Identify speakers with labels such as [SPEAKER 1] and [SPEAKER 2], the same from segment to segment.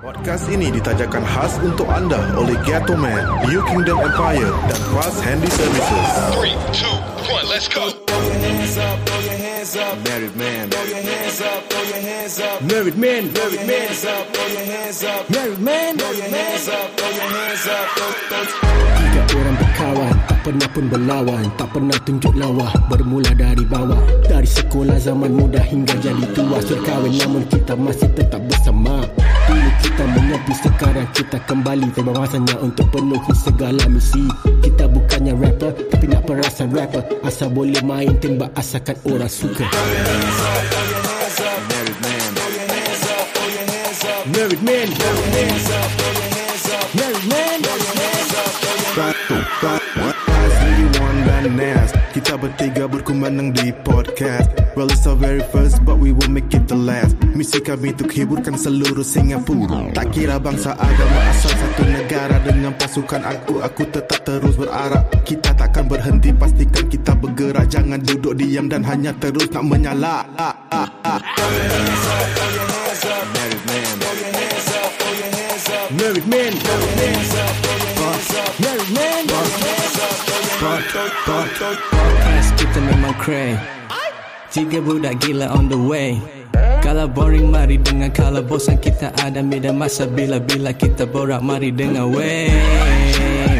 [SPEAKER 1] Podcast ini ditajakan khas untuk anda oleh Ghetto Man, New Kingdom Empire dan Fast Handy Services.
[SPEAKER 2] Three, two, one, let's go.
[SPEAKER 1] Married man,
[SPEAKER 3] Married man, married man, married man. Tiga orang berkawan, tak pernah pun berlawan, tak pernah tunjuk lawa, bermula dari bawah. Dari sekolah zaman muda hingga jadi tua, surkawin namun kita masih tetap bersama. Dulu kita menyepi, sekarang kita kembali Tiba masanya untuk penuhi segala misi Kita bukannya rapper, tapi nak perasan rapper Asal boleh main tembak, asalkan orang suka
[SPEAKER 1] married man,
[SPEAKER 3] Married man, married man, married man,
[SPEAKER 1] satu, Asli Wan dan Nas Kita bertiga berkumandang di podcast Well it's our very first but we will make it the last Misi kami untuk hiburkan seluruh Singapura Tak kira bangsa agama asal satu negara Dengan pasukan aku, aku tetap terus berarah Kita takkan berhenti pastikan kita bergerak Jangan duduk diam dan hanya terus nak menyala Married man,
[SPEAKER 3] married man, married man.
[SPEAKER 4] Podcast kita memang cray Tiga budak gila on the way Kalau boring mari dengar Kalau bosan kita ada media masa Bila-bila kita borak mari dengar way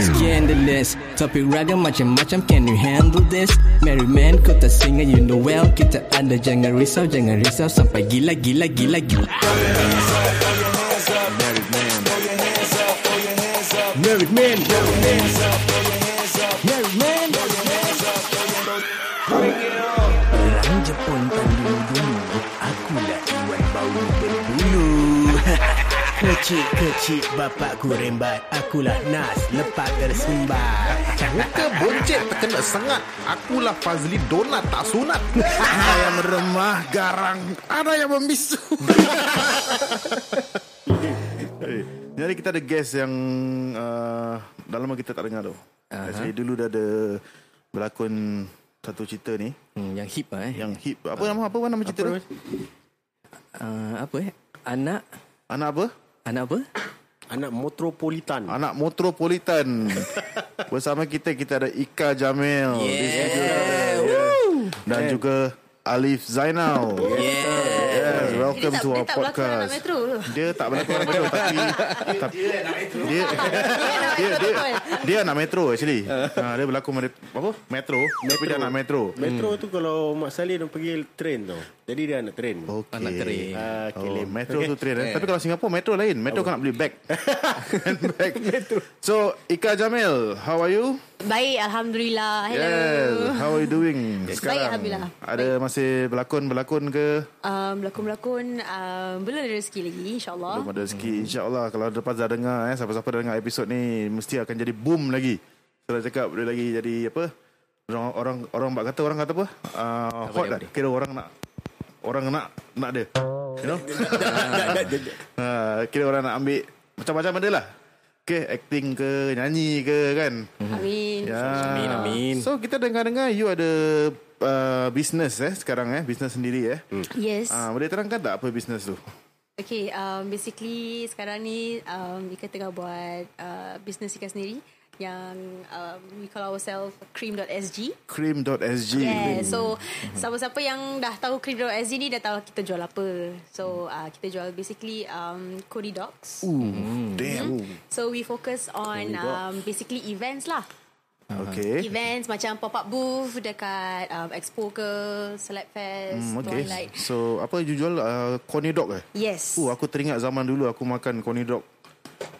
[SPEAKER 4] Scandalous Topik ragam macam-macam Can you handle this? Merry man kau tak singa you know well Kita ada jangan risau Jangan risau sampai gila-gila-gila-gila
[SPEAKER 1] married man
[SPEAKER 3] Married man, married man, married man.
[SPEAKER 5] Orang Jepun pandai dulu Akulah Iwan bau berbulu Kecil-kecil bapakku rembat Akulah Nas lepak tersumbat
[SPEAKER 1] Muka boncet terkena sengat Akulah Fazli Donat tak sunat Ada yang remah garang Ada yang membisu Jadi kita ada guest yang uh, Dah lama kita tak dengar tu uh-huh. Actually dulu dah ada Berlakon satu cerita ni
[SPEAKER 4] hmm, Yang hip lah eh
[SPEAKER 1] Yang hip Apa uh, nama apa nama cerita apa, tu?
[SPEAKER 4] uh,
[SPEAKER 5] Ah,
[SPEAKER 4] Apa eh? Anak
[SPEAKER 1] Anak apa?
[SPEAKER 4] Anak apa?
[SPEAKER 5] Anak metropolitan
[SPEAKER 1] Anak Metropolitan Bersama kita Kita ada Ika Jamil yeah. Dan juga Alif Zainal
[SPEAKER 4] Yeah,
[SPEAKER 1] Yes, welcome
[SPEAKER 6] Dia tak-
[SPEAKER 1] to our
[SPEAKER 6] dia tak berlakon
[SPEAKER 1] podcast.
[SPEAKER 6] dalam metro tu.
[SPEAKER 1] Dia tak berlakon dalam metro tapi tapi dia dia dia dia, dia anak metro actually.
[SPEAKER 6] Uh.
[SPEAKER 1] Ha, dia berlakon pada apa? Metro, tapi dia anak metro.
[SPEAKER 7] Metro tu kalau Mak Saleh dia pergi train tau. Jadi dia anak train. Oh.
[SPEAKER 1] Okey.
[SPEAKER 4] Anak teri
[SPEAKER 7] Uh,
[SPEAKER 1] Oh, metro tu train eh. Tapi kalau Singapore metro lain. Metro kau nak beli bag. bag. So, Ika Jamil, how are you?
[SPEAKER 6] Baik, Alhamdulillah. Hello.
[SPEAKER 1] Yes, how are you doing sekarang?
[SPEAKER 6] Alhamdulillah.
[SPEAKER 1] Ada masih berlakon-berlakon ke?
[SPEAKER 6] Um, belakon-belakon, um, belum ada rezeki lagi, insyaAllah.
[SPEAKER 1] Belum ada rezeki InsyaAllah Kalau lepas dah dengar eh, Siapa-siapa dah dengar episod ni Mesti akan jadi boom lagi Saya dah cakap Dia lagi jadi apa Orang orang orang bak kata orang kata apa? Uh, hot lah. Kira orang nak orang nak nak dia. You know? uh, kira orang nak ambil macam-macam benda lah. Okay, acting ke, nyanyi ke kan.
[SPEAKER 6] Hmm. Amin.
[SPEAKER 1] Ya.
[SPEAKER 4] Amin, amin.
[SPEAKER 1] So kita dengar-dengar you ada uh, business eh sekarang eh, business sendiri eh. Hmm.
[SPEAKER 6] Yes.
[SPEAKER 1] Uh, boleh terangkan tak apa business tu?
[SPEAKER 6] Okay, um, basically sekarang ni um, Ika tengah buat uh, bisnes Ika sendiri yang um, we call ourselves cream.sg.
[SPEAKER 1] Cream.sg.
[SPEAKER 6] Yeah, so
[SPEAKER 1] Hmm.
[SPEAKER 6] siapa-siapa yang dah tahu cream.sg ni dah tahu kita jual apa. So uh, kita jual basically um, Cody Dogs.
[SPEAKER 1] Damn.
[SPEAKER 6] So we focus on um, basically events lah.
[SPEAKER 1] Okay.
[SPEAKER 6] events macam pop-up booth dekat um, expo ke, Select Fest,
[SPEAKER 1] Hmm,
[SPEAKER 6] mm,
[SPEAKER 1] okay.
[SPEAKER 6] Twilight.
[SPEAKER 1] So apa you jual uh, corny dog eh?
[SPEAKER 6] Yes.
[SPEAKER 1] Oh, aku teringat zaman dulu aku makan corny dog.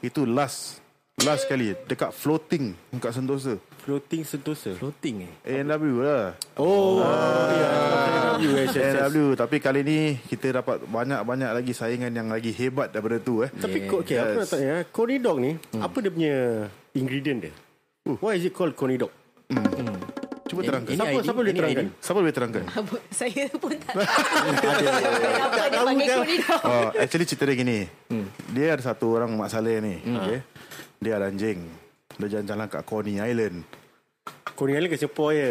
[SPEAKER 1] Itu last last kali dekat floating dekat Sentosa.
[SPEAKER 7] floating Sentosa.
[SPEAKER 4] Floating eh
[SPEAKER 1] ANW lah.
[SPEAKER 7] Oh, ya. Yeah.
[SPEAKER 1] ANW tapi kali ni kita dapat banyak-banyak lagi saingan yang lagi hebat daripada tu eh.
[SPEAKER 7] Tapi kau okay, aku nak tanya, Coney Dog ni, apa dia punya ingredient dia? Why is it called Coney Dog?
[SPEAKER 1] Cuba terangkan.
[SPEAKER 4] ini
[SPEAKER 1] Siapa
[SPEAKER 4] idea,
[SPEAKER 1] siapa boleh
[SPEAKER 4] ini
[SPEAKER 1] terangkan? Siapa boleh terangkan?
[SPEAKER 6] Apa- Saya pun tak tahu kenapa dia panggil koridor.
[SPEAKER 1] Oh, actually cerita dia gini. Dia ada satu orang Mak Saleh ni, okay? Dia ada anjing. Dia jalan-jalan kat Coney Island.
[SPEAKER 7] Coney Island ke Singapore ya?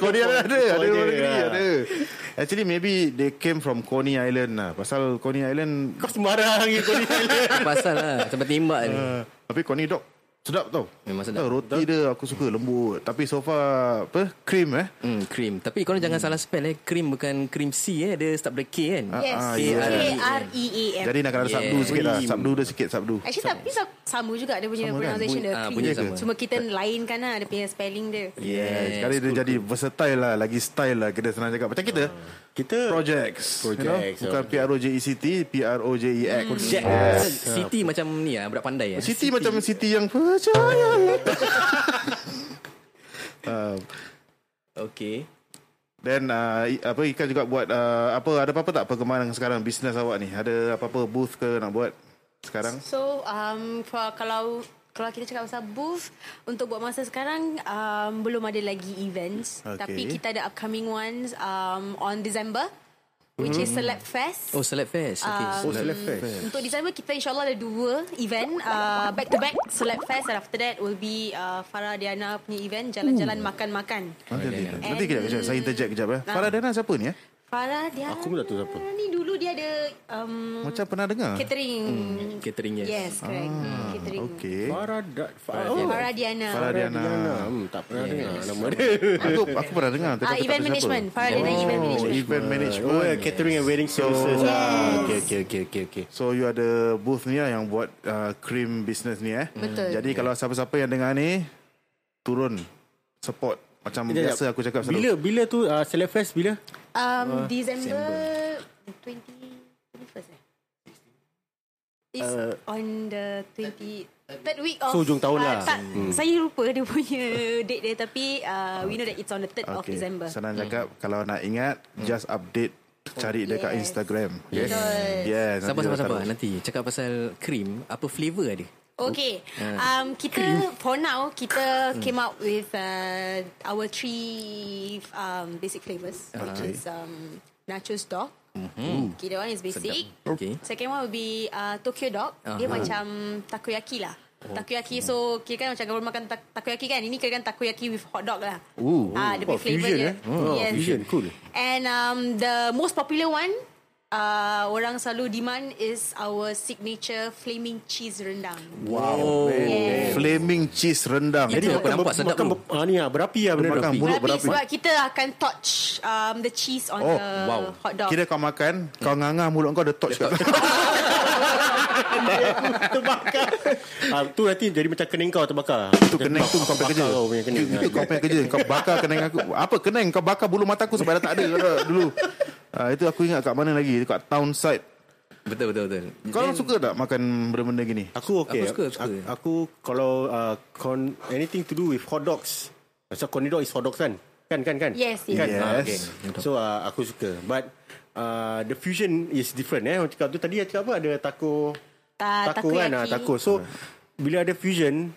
[SPEAKER 1] Kau dia ada Ada luar negeri Ada Actually maybe they came from Coney Island lah. Pasal Coney Island
[SPEAKER 7] Kau sembarang ni kau ni.
[SPEAKER 5] Pasal lah Sampai timbak ni
[SPEAKER 1] uh, tapi Coney dog sedap tau.
[SPEAKER 5] Memang sedap.
[SPEAKER 1] Tahu, roti dia aku suka lembut. Tapi so far apa cream eh.
[SPEAKER 5] Hmm, cream. Tapi korang jangan salah spell eh. Cream bukan cream C eh. Dia start dari K kan.
[SPEAKER 6] Yes.
[SPEAKER 1] ah,
[SPEAKER 5] yeah.
[SPEAKER 6] K-R-E-A-M.
[SPEAKER 1] Jadi nak kena ada
[SPEAKER 5] Yeah.
[SPEAKER 1] sabdu sikit lah. Sabdu dia sikit sabdu.
[SPEAKER 6] Actually tapi sa- sama juga dia punya
[SPEAKER 1] Sama kan?
[SPEAKER 6] pronunciation
[SPEAKER 5] Bunyi-
[SPEAKER 6] dia.
[SPEAKER 5] ah,
[SPEAKER 6] Cream.
[SPEAKER 5] bunyi sama.
[SPEAKER 6] Cuma kita lain kan lah dia punya spelling dia.
[SPEAKER 1] Yeah, Eh, sekali dia jadi versatile lah, lagi style lah kita senang cakap. Macam
[SPEAKER 5] Ah.
[SPEAKER 1] kita,
[SPEAKER 7] Kita
[SPEAKER 1] projects,
[SPEAKER 7] Projects,
[SPEAKER 1] you know? bukan P R O J E C T, P R O J E X.
[SPEAKER 5] Hmm. Jack. City macam ni lah. Budak pandai eh.
[SPEAKER 1] Siti macam Siti yang percaya. uh,
[SPEAKER 5] Okay.
[SPEAKER 1] then uh, i- apa Ika juga buat uh, apa ada apa-apa tak perkembangan sekarang bisnes awak ni? Ada apa-apa booth ke nak buat sekarang?
[SPEAKER 6] So um, for, kalau kalau kita cakap pasal booth untuk buat masa sekarang um, belum ada lagi events
[SPEAKER 1] Okay.
[SPEAKER 6] tapi kita ada upcoming ones um, on December which is
[SPEAKER 1] Hmm.
[SPEAKER 6] Select Fest.
[SPEAKER 5] Oh, Select Fest. Okay.
[SPEAKER 7] Oh, select fest.
[SPEAKER 6] Untuk December kita insyaAllah ada dua event uh, Back to back Select Fest And after that will be uh, Farah Diana punya event Jalan-jalan makan-makan
[SPEAKER 1] Nanti, nanti, nanti, nanti
[SPEAKER 6] And-
[SPEAKER 1] kejap, kejap. Saya interject kejap ya. Farah Dana siapa ni ya?
[SPEAKER 6] Hmm. Farah Diana
[SPEAKER 7] Aku pun tak tahu siapa.
[SPEAKER 6] Ni dulu dia ada um,
[SPEAKER 1] Macam pernah dengar.
[SPEAKER 6] Catering
[SPEAKER 5] Catering eh. yes.
[SPEAKER 6] Yes correct
[SPEAKER 1] Hmm, Ah,
[SPEAKER 6] Catering
[SPEAKER 1] Okay.
[SPEAKER 7] Farah dat. Farah oh,
[SPEAKER 6] Farah Diana
[SPEAKER 1] Farah Diana.
[SPEAKER 7] Hmm, tak pernah dengar nama dia.
[SPEAKER 1] Aku, aku pernah dengar. tapi aku
[SPEAKER 6] Ah,
[SPEAKER 1] tak tahu siapa. Oh,
[SPEAKER 6] event management. Farah Diana event management.
[SPEAKER 1] Event management.
[SPEAKER 7] Oh, catering and wedding services. Ah, okay, okay, okay, okay, okay.
[SPEAKER 1] So you ada booth ni lah yang buat uh, cream business ni eh.
[SPEAKER 6] Betul.
[SPEAKER 1] Jadi kalau siapa-siapa yang dengar ni turun support macam
[SPEAKER 7] Sekejap,
[SPEAKER 1] biasa
[SPEAKER 7] sekejap.
[SPEAKER 1] aku cakap selalu.
[SPEAKER 7] Bila bila tu uh, Select Fest bila?
[SPEAKER 6] um, December 20 21st eh It's on the 20 Third week of
[SPEAKER 7] Uh, So, hujung tahun
[SPEAKER 6] Ah,
[SPEAKER 7] lah.
[SPEAKER 6] tak, Saya lupa dia punya date dia Tapi uh, we know that it's on the 3rd of December
[SPEAKER 1] Senang cakap kalau nak ingat just update cari dekat
[SPEAKER 6] Yes.
[SPEAKER 1] Instagram.
[SPEAKER 6] Yes. Betul.
[SPEAKER 1] Yes. nanti
[SPEAKER 5] Sabar, sabar, sabar.
[SPEAKER 1] orang tahu.
[SPEAKER 5] Nanti cakap pasal cream. Apa flavour dia?
[SPEAKER 6] Okay. Um, kita for now kita
[SPEAKER 7] Hmm.
[SPEAKER 6] came up with uh, our three um, basic flavors,
[SPEAKER 1] Okay.
[SPEAKER 6] which is um, nachos dog.
[SPEAKER 7] Mm-hmm.
[SPEAKER 6] Okay, that one is basic.
[SPEAKER 1] Oh.
[SPEAKER 5] Sedap. Okay.
[SPEAKER 6] Second one will be uh, Tokyo dog. Dia
[SPEAKER 5] Aha.
[SPEAKER 6] macam takoyaki lah.
[SPEAKER 7] Oh.
[SPEAKER 6] Takoyaki so kira kan macam kalau makan tak, takoyaki kan ini kira kan takoyaki with hot dog lah.
[SPEAKER 7] Ooh.
[SPEAKER 6] Ah, dia punya
[SPEAKER 7] Oh,
[SPEAKER 6] flavor
[SPEAKER 7] fusion,
[SPEAKER 6] dia.
[SPEAKER 7] eh? Oh, fusion, cool.
[SPEAKER 6] And um, the most popular one uh, orang selalu demand is our signature flaming cheese rendang.
[SPEAKER 5] Oh.
[SPEAKER 1] Wow. Flaming cheese rendang.
[SPEAKER 5] Jadi, Aku nampak sedap
[SPEAKER 7] makan
[SPEAKER 5] tu.
[SPEAKER 7] ber, ah, ni ah, berapi ah benda
[SPEAKER 1] makan
[SPEAKER 7] berapi.
[SPEAKER 1] buruk
[SPEAKER 6] Berapi
[SPEAKER 1] berapi.
[SPEAKER 6] sebab kita akan touch um, the cheese on
[SPEAKER 1] Oh,
[SPEAKER 6] the hot dog.
[SPEAKER 1] Kira kau makan, kau ngangah mulut kau ada touch kat.
[SPEAKER 7] terbakar. ah, tu nanti jadi macam kening kau terbakar.
[SPEAKER 1] Itu kening tu kau punya kerja.
[SPEAKER 7] Kau punya kening. Ah,
[SPEAKER 1] Itu kau punya kerja. Kau bakar kening aku. Apa kening? Kau bakar bulu mata aku sebab dah tak ada kata dulu. Ah, itu aku ingat kat mana lagi Dekat town side
[SPEAKER 5] Betul, betul, betul.
[SPEAKER 1] Kau orang suka tak makan benda-benda gini?
[SPEAKER 7] Aku
[SPEAKER 5] Aku
[SPEAKER 7] okay.
[SPEAKER 5] suka, suka.
[SPEAKER 7] Aku, aku kalau uh, con, anything to do with hot dogs. Pasal corny dog is hot dogs kan? Kan, kan, kan?
[SPEAKER 6] Yes, yes.
[SPEAKER 7] Kan?
[SPEAKER 1] Yes.
[SPEAKER 7] Ah, okay. So, uh, aku suka. But, uh, the fusion is different eh. Orang cakap tu tadi, aku cakap apa? Ada taco...
[SPEAKER 6] Ta-
[SPEAKER 7] taco kan?
[SPEAKER 6] takoyaki.
[SPEAKER 7] Ah, taco. So, bila ada fusion,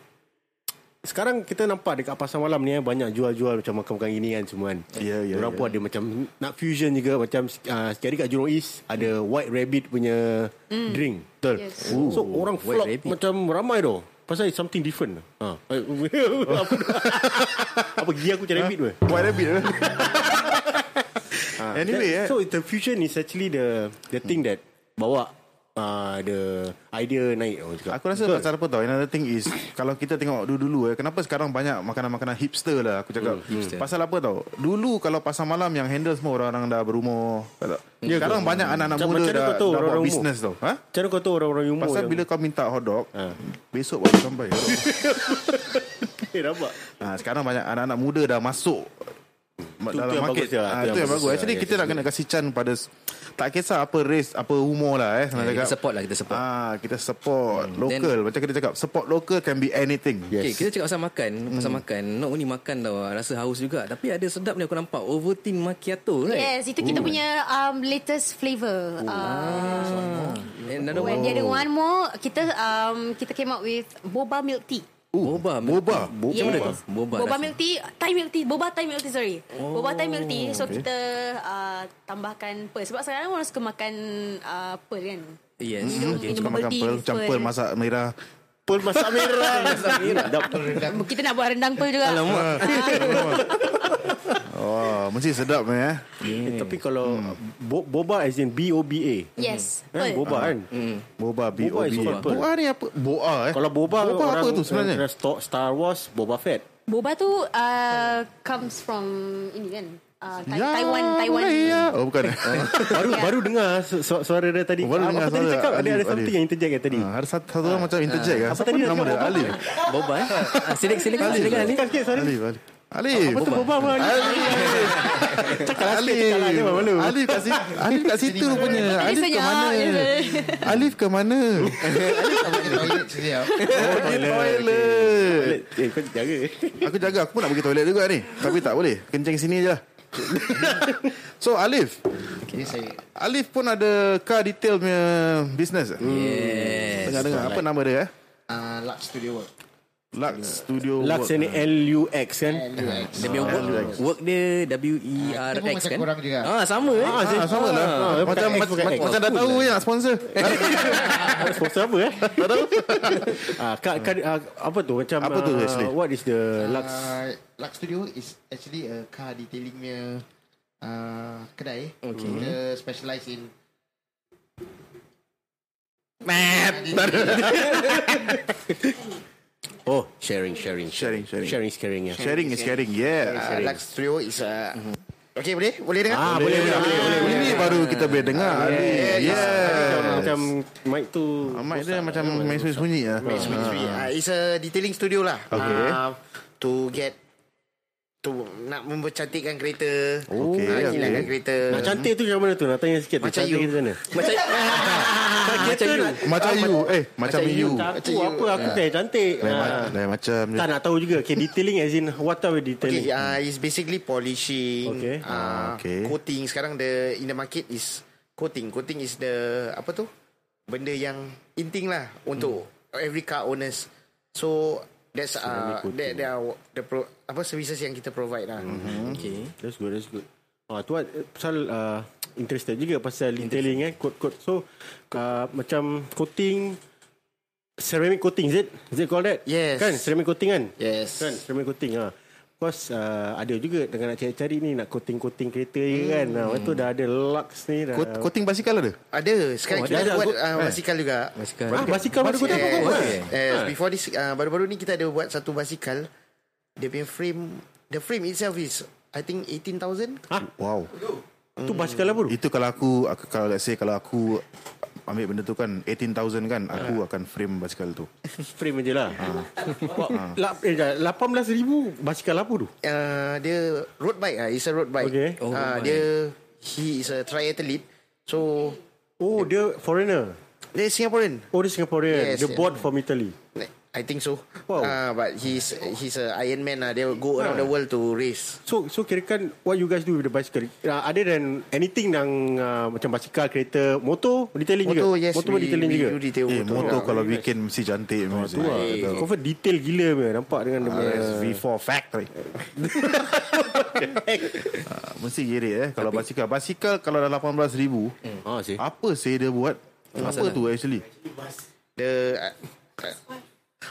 [SPEAKER 7] sekarang kita nampak dekat pasar malam ni eh, banyak jual-jual macam makan-makan gini kan semua kan.
[SPEAKER 1] Ya, ya, ya.
[SPEAKER 7] Orang pun ada macam nak fusion juga macam uh, sekali kat Jurong East ada White Rabbit punya drink. Betul.
[SPEAKER 6] Yes.
[SPEAKER 7] So orang
[SPEAKER 5] White
[SPEAKER 7] flock
[SPEAKER 5] Rabbit.
[SPEAKER 7] macam ramai tu. Pasal it's something different. Ha. apa, apa gigi aku macam rabbit tu.
[SPEAKER 1] White rabbit eh? Anyway eh Hmm.
[SPEAKER 7] So the fusion is actually the the thing that bawa uh, the idea naik orang cakap.
[SPEAKER 1] Aku rasa Betul. pasal apa tau Another thing is Kalau kita tengok dulu-dulu eh, Kenapa sekarang banyak Makanan-makanan hipster lah Aku cakap hmm, Pasal apa tau Dulu kalau pasar malam Yang handle semua orang-orang dah berumur tak tak? Sekarang banyak anak-anak
[SPEAKER 7] Hmm, Macam-
[SPEAKER 1] muda
[SPEAKER 7] macam mana
[SPEAKER 1] Dah, dah
[SPEAKER 7] kau tahu
[SPEAKER 1] buat
[SPEAKER 7] orang-orang
[SPEAKER 1] bisnes tau Ha?
[SPEAKER 7] Macam mana kau tahu orang-orang umur Ha.
[SPEAKER 1] Pasal
[SPEAKER 7] yang-
[SPEAKER 1] bila kau minta hotdog Besok baru sampai
[SPEAKER 7] Eh, nampak?
[SPEAKER 1] ha, Sekarang banyak anak-anak muda dah masuk
[SPEAKER 7] tu
[SPEAKER 1] dalam
[SPEAKER 7] yang
[SPEAKER 1] market
[SPEAKER 7] bagus lah,
[SPEAKER 1] Ah, Itu
[SPEAKER 7] tu yang
[SPEAKER 1] yang
[SPEAKER 7] bagus
[SPEAKER 1] bagus
[SPEAKER 7] lah.
[SPEAKER 1] Actually
[SPEAKER 7] Ya,
[SPEAKER 1] kita nak kena kasih can pada Tak kisah apa race Apa umur lah eh senang
[SPEAKER 5] Yeah, kita
[SPEAKER 1] cakap.
[SPEAKER 5] support lah, kita support.
[SPEAKER 1] ah, Kita support
[SPEAKER 7] Hmm.
[SPEAKER 1] Local Macam kita cakap Support local can be anything
[SPEAKER 5] Okay, Eh, kita cakap pasal makan. Pasal makan. Not only makan tau. Rasa haus juga. Tapi ada sedap ni aku nampak. Ovaltine Macchiato, right?
[SPEAKER 6] Yes, itu kita punya um, latest flavor. Uh,
[SPEAKER 5] Oh. And another
[SPEAKER 6] When the
[SPEAKER 5] one.
[SPEAKER 6] other one more, kita um, kita came up with boba milk tea.
[SPEAKER 5] Boba.
[SPEAKER 1] Boba.
[SPEAKER 5] Boba. Oh, Macam mana tu? Boba.
[SPEAKER 6] boba
[SPEAKER 5] rasa.
[SPEAKER 6] milk tea, Thai milk tea, boba Thai milk tea sorry. Oh, boba Thai milk tea. So okay. kita uh, tambahkan pearl sebab sekarang orang suka makan uh, pearl kan.
[SPEAKER 5] Yes.
[SPEAKER 6] Minum,
[SPEAKER 5] Okay.
[SPEAKER 6] minum
[SPEAKER 1] Kau makan
[SPEAKER 6] bubble tea
[SPEAKER 1] pearl
[SPEAKER 6] with
[SPEAKER 1] Macam pearl
[SPEAKER 7] eh?
[SPEAKER 1] masak merah
[SPEAKER 7] Pul masak merah. masak merah.
[SPEAKER 6] Kita nak buat rendang pearl juga.
[SPEAKER 5] Alamak.
[SPEAKER 1] Ah. Oh, mesti sedap ni eh.
[SPEAKER 7] Eh, tapi kalau
[SPEAKER 1] Hmm.
[SPEAKER 7] bo- boba as in B-O-B-A.
[SPEAKER 6] Yes. Pearl.
[SPEAKER 7] Kan boba kan?
[SPEAKER 1] Hmm. Boba B O
[SPEAKER 7] Boba
[SPEAKER 1] B.
[SPEAKER 7] is called pearl.
[SPEAKER 1] Boba ni apa? Boa eh.
[SPEAKER 7] Kalau boba,
[SPEAKER 1] boba
[SPEAKER 7] orang
[SPEAKER 1] apa tu sebenarnya?
[SPEAKER 7] orang Star- Star Wars, Boba Fett.
[SPEAKER 6] Boba tu uh, comes from ini kan? Uh, Tai-
[SPEAKER 1] Ya,
[SPEAKER 6] Taiwan, Taiwan.
[SPEAKER 1] boleh, ya. Oh bukan.
[SPEAKER 7] baru
[SPEAKER 6] Ya.
[SPEAKER 7] baru dengar su- su- suara dia tadi.
[SPEAKER 1] Baru
[SPEAKER 7] Ah,
[SPEAKER 1] dengar
[SPEAKER 7] apa tadi
[SPEAKER 1] suara
[SPEAKER 7] cakap? Ada
[SPEAKER 1] Alif,
[SPEAKER 7] ada something
[SPEAKER 1] Alif.
[SPEAKER 7] yang interject kan tadi.
[SPEAKER 1] Ah, Ada satu satu orang macam interject ah.
[SPEAKER 7] tadi dia
[SPEAKER 1] nama dia?
[SPEAKER 7] cakap
[SPEAKER 1] Alif.
[SPEAKER 5] Boba eh. Ah, Silakan silakan silakan Ali.
[SPEAKER 7] Tekan sikit sorry.
[SPEAKER 1] Alif. Alif. Alif.
[SPEAKER 7] Apa tu boba bang?
[SPEAKER 1] Cakap
[SPEAKER 7] sikit, cakap lah, dia buat malu.
[SPEAKER 1] Alif kat situ. Alif kat situ rupanya.
[SPEAKER 6] Tadi
[SPEAKER 1] Alif ke
[SPEAKER 6] senyap
[SPEAKER 1] mana?
[SPEAKER 6] je.
[SPEAKER 1] Alif ke mana?
[SPEAKER 8] toilet sekejap.
[SPEAKER 1] Oh, dia toilet.
[SPEAKER 7] Eh kau jaga.
[SPEAKER 1] Aku jaga Aku pun nak pergi toilet juga ni Tapi tak boleh Kencing sini je lah So Alif
[SPEAKER 8] Okay, saya
[SPEAKER 1] Alif pun ada Car detail punya Business Yes Dengar-dengar Apa nama dia eh
[SPEAKER 8] uh, Lux Studio Work.
[SPEAKER 1] Lux Studio
[SPEAKER 7] Lux
[SPEAKER 1] Work.
[SPEAKER 7] ni LUX kan?
[SPEAKER 8] LUX.
[SPEAKER 5] Dia punya work, work dia
[SPEAKER 8] Dia pun
[SPEAKER 5] W-E-R-X
[SPEAKER 8] macam
[SPEAKER 5] kan?
[SPEAKER 8] korang juga.
[SPEAKER 5] Ah, sama eh.
[SPEAKER 7] Ah,
[SPEAKER 1] Ah, sama lah
[SPEAKER 7] Ah,
[SPEAKER 1] ah, Macam
[SPEAKER 7] bukan X,
[SPEAKER 1] macam,
[SPEAKER 7] bukan X.
[SPEAKER 1] macam dah tahu je nak sponsor
[SPEAKER 7] Sponsor apa eh? Tak tahu. Ah, kad, kad, ah, apa tu macam
[SPEAKER 1] Apa tu,
[SPEAKER 7] ah,
[SPEAKER 1] actually?
[SPEAKER 7] What is the Lux?
[SPEAKER 8] Uh, Lux Studio is actually a car detailing punya uh, kedai. Okay. Kita specialise in
[SPEAKER 7] Oh, sharing, sharing,
[SPEAKER 1] Sharing, sharing.
[SPEAKER 7] sharing is caring ya.
[SPEAKER 1] Sharing is caring Yeah Ah,
[SPEAKER 8] uh, Lux Studio is uh,
[SPEAKER 1] Mm-hmm.
[SPEAKER 8] Okay boleh? Boleh dengar?
[SPEAKER 7] Ah, boleh, boleh, boleh. boleh.
[SPEAKER 1] Ini baru kita boleh dengar Alif
[SPEAKER 7] Macam,
[SPEAKER 1] Yeah
[SPEAKER 7] macam mic tu.
[SPEAKER 1] Ah, Mic dia macam Main sunyi lah
[SPEAKER 8] Uh, it's a detailing studio lah.
[SPEAKER 1] Okay.
[SPEAKER 8] Uh, to get to nak mempercantikkan kereta.
[SPEAKER 1] Okay,
[SPEAKER 8] Ah,
[SPEAKER 1] okay.
[SPEAKER 8] hilangkan kereta.
[SPEAKER 7] Nak cantik tu macam mana tu? Nak tanya sikit tu.
[SPEAKER 8] Macam
[SPEAKER 7] cantik
[SPEAKER 8] you.
[SPEAKER 7] tu Macam mana?
[SPEAKER 5] Macam macam you.
[SPEAKER 1] Macam you Eh macam you
[SPEAKER 7] Aku
[SPEAKER 8] Macam you.
[SPEAKER 7] Oh,
[SPEAKER 8] Ya.
[SPEAKER 7] apa aku tak cantik.
[SPEAKER 1] Lain
[SPEAKER 7] Ah.
[SPEAKER 1] ma- lain macam je
[SPEAKER 7] Tak nak tahu juga Okay detailing as in What are we
[SPEAKER 8] Okay,
[SPEAKER 7] detailing okay,
[SPEAKER 8] uh, it's basically polishing.
[SPEAKER 7] Okay.
[SPEAKER 8] Uh,
[SPEAKER 1] Okay.
[SPEAKER 8] Coating. Sekarang the in the market is coating. Coating is the apa tu? Benda yang inting lah untuk every car owners. So that's uh, that, that are the pro, apa services yang kita provide lah.
[SPEAKER 5] Okay.
[SPEAKER 7] That's good That's good Ah, tu ah, pasal uh, interested juga pasal detailing eh kod-kod so uh, macam coating ceramic coating is it is it called that
[SPEAKER 8] Yes.
[SPEAKER 7] kan ceramic coating kan
[SPEAKER 8] Yes.
[SPEAKER 7] kan ceramic coating ah Because uh, ada juga dengan nak cari-cari ni nak coating-coating kereta hmm. kan. Ah, waktu tu dah ada Lux ni dah.
[SPEAKER 1] Kot- Koting basikal ada
[SPEAKER 8] Ada sekarang
[SPEAKER 7] Oh,
[SPEAKER 8] oh,
[SPEAKER 7] ada-
[SPEAKER 8] kita
[SPEAKER 7] ada.
[SPEAKER 8] buat
[SPEAKER 7] Good.
[SPEAKER 8] uh, basikal juga.
[SPEAKER 5] Basikal.
[SPEAKER 7] ah, basikal baru kota
[SPEAKER 8] Yes,
[SPEAKER 7] apa
[SPEAKER 8] yes. yes. Before this uh, baru-baru ni kita ada buat satu basikal. Dia punya frame the frame itself is I think 18,000.
[SPEAKER 1] Wow
[SPEAKER 7] Tu basikal apa tu?
[SPEAKER 1] Itu kalau aku aku- Kalau let's say Kalau aku Ambil benda tu kan 18,000 kan Aku akan frame basikal tu
[SPEAKER 7] Frame je lah. Ah. La, eh, dah, 18,000 basikal apa tu?
[SPEAKER 8] uh, dia road bike ah, it's a road bike.
[SPEAKER 7] Okay.
[SPEAKER 8] Oh, uh, dia he is a triathlete. So
[SPEAKER 7] Oh, dia foreigner.
[SPEAKER 8] dia Singaporean.
[SPEAKER 7] Oh, dia Singaporean.
[SPEAKER 8] Yes,
[SPEAKER 7] dia
[SPEAKER 8] yes.
[SPEAKER 7] bought from Italy.
[SPEAKER 8] I think so.
[SPEAKER 7] Wow.
[SPEAKER 8] Uh, but he's he's a Iron Man ah. They will go around the world to race.
[SPEAKER 7] So, so kirakan what you guys do with the bicycle? Uh, other than anything yang uh, macam basikal, kereta, motor, detailing juga?
[SPEAKER 8] Motor yes.
[SPEAKER 7] Motor pun detailing
[SPEAKER 8] we
[SPEAKER 7] juga?
[SPEAKER 8] do detail Ah.
[SPEAKER 1] Eh motor
[SPEAKER 8] juga.
[SPEAKER 1] kalau weekend Mesti cantik oh, tu
[SPEAKER 7] Wah, Confirm detail gila punya nampak dengan
[SPEAKER 8] Ah,
[SPEAKER 7] dia punya
[SPEAKER 1] V4 factory Ah, Mesti jerit eh Kalau basikal Basikal kalau dah 18,000
[SPEAKER 7] Ah, sih.
[SPEAKER 1] Apa sih dia buat Hmm. Apa tu actually
[SPEAKER 8] the uh,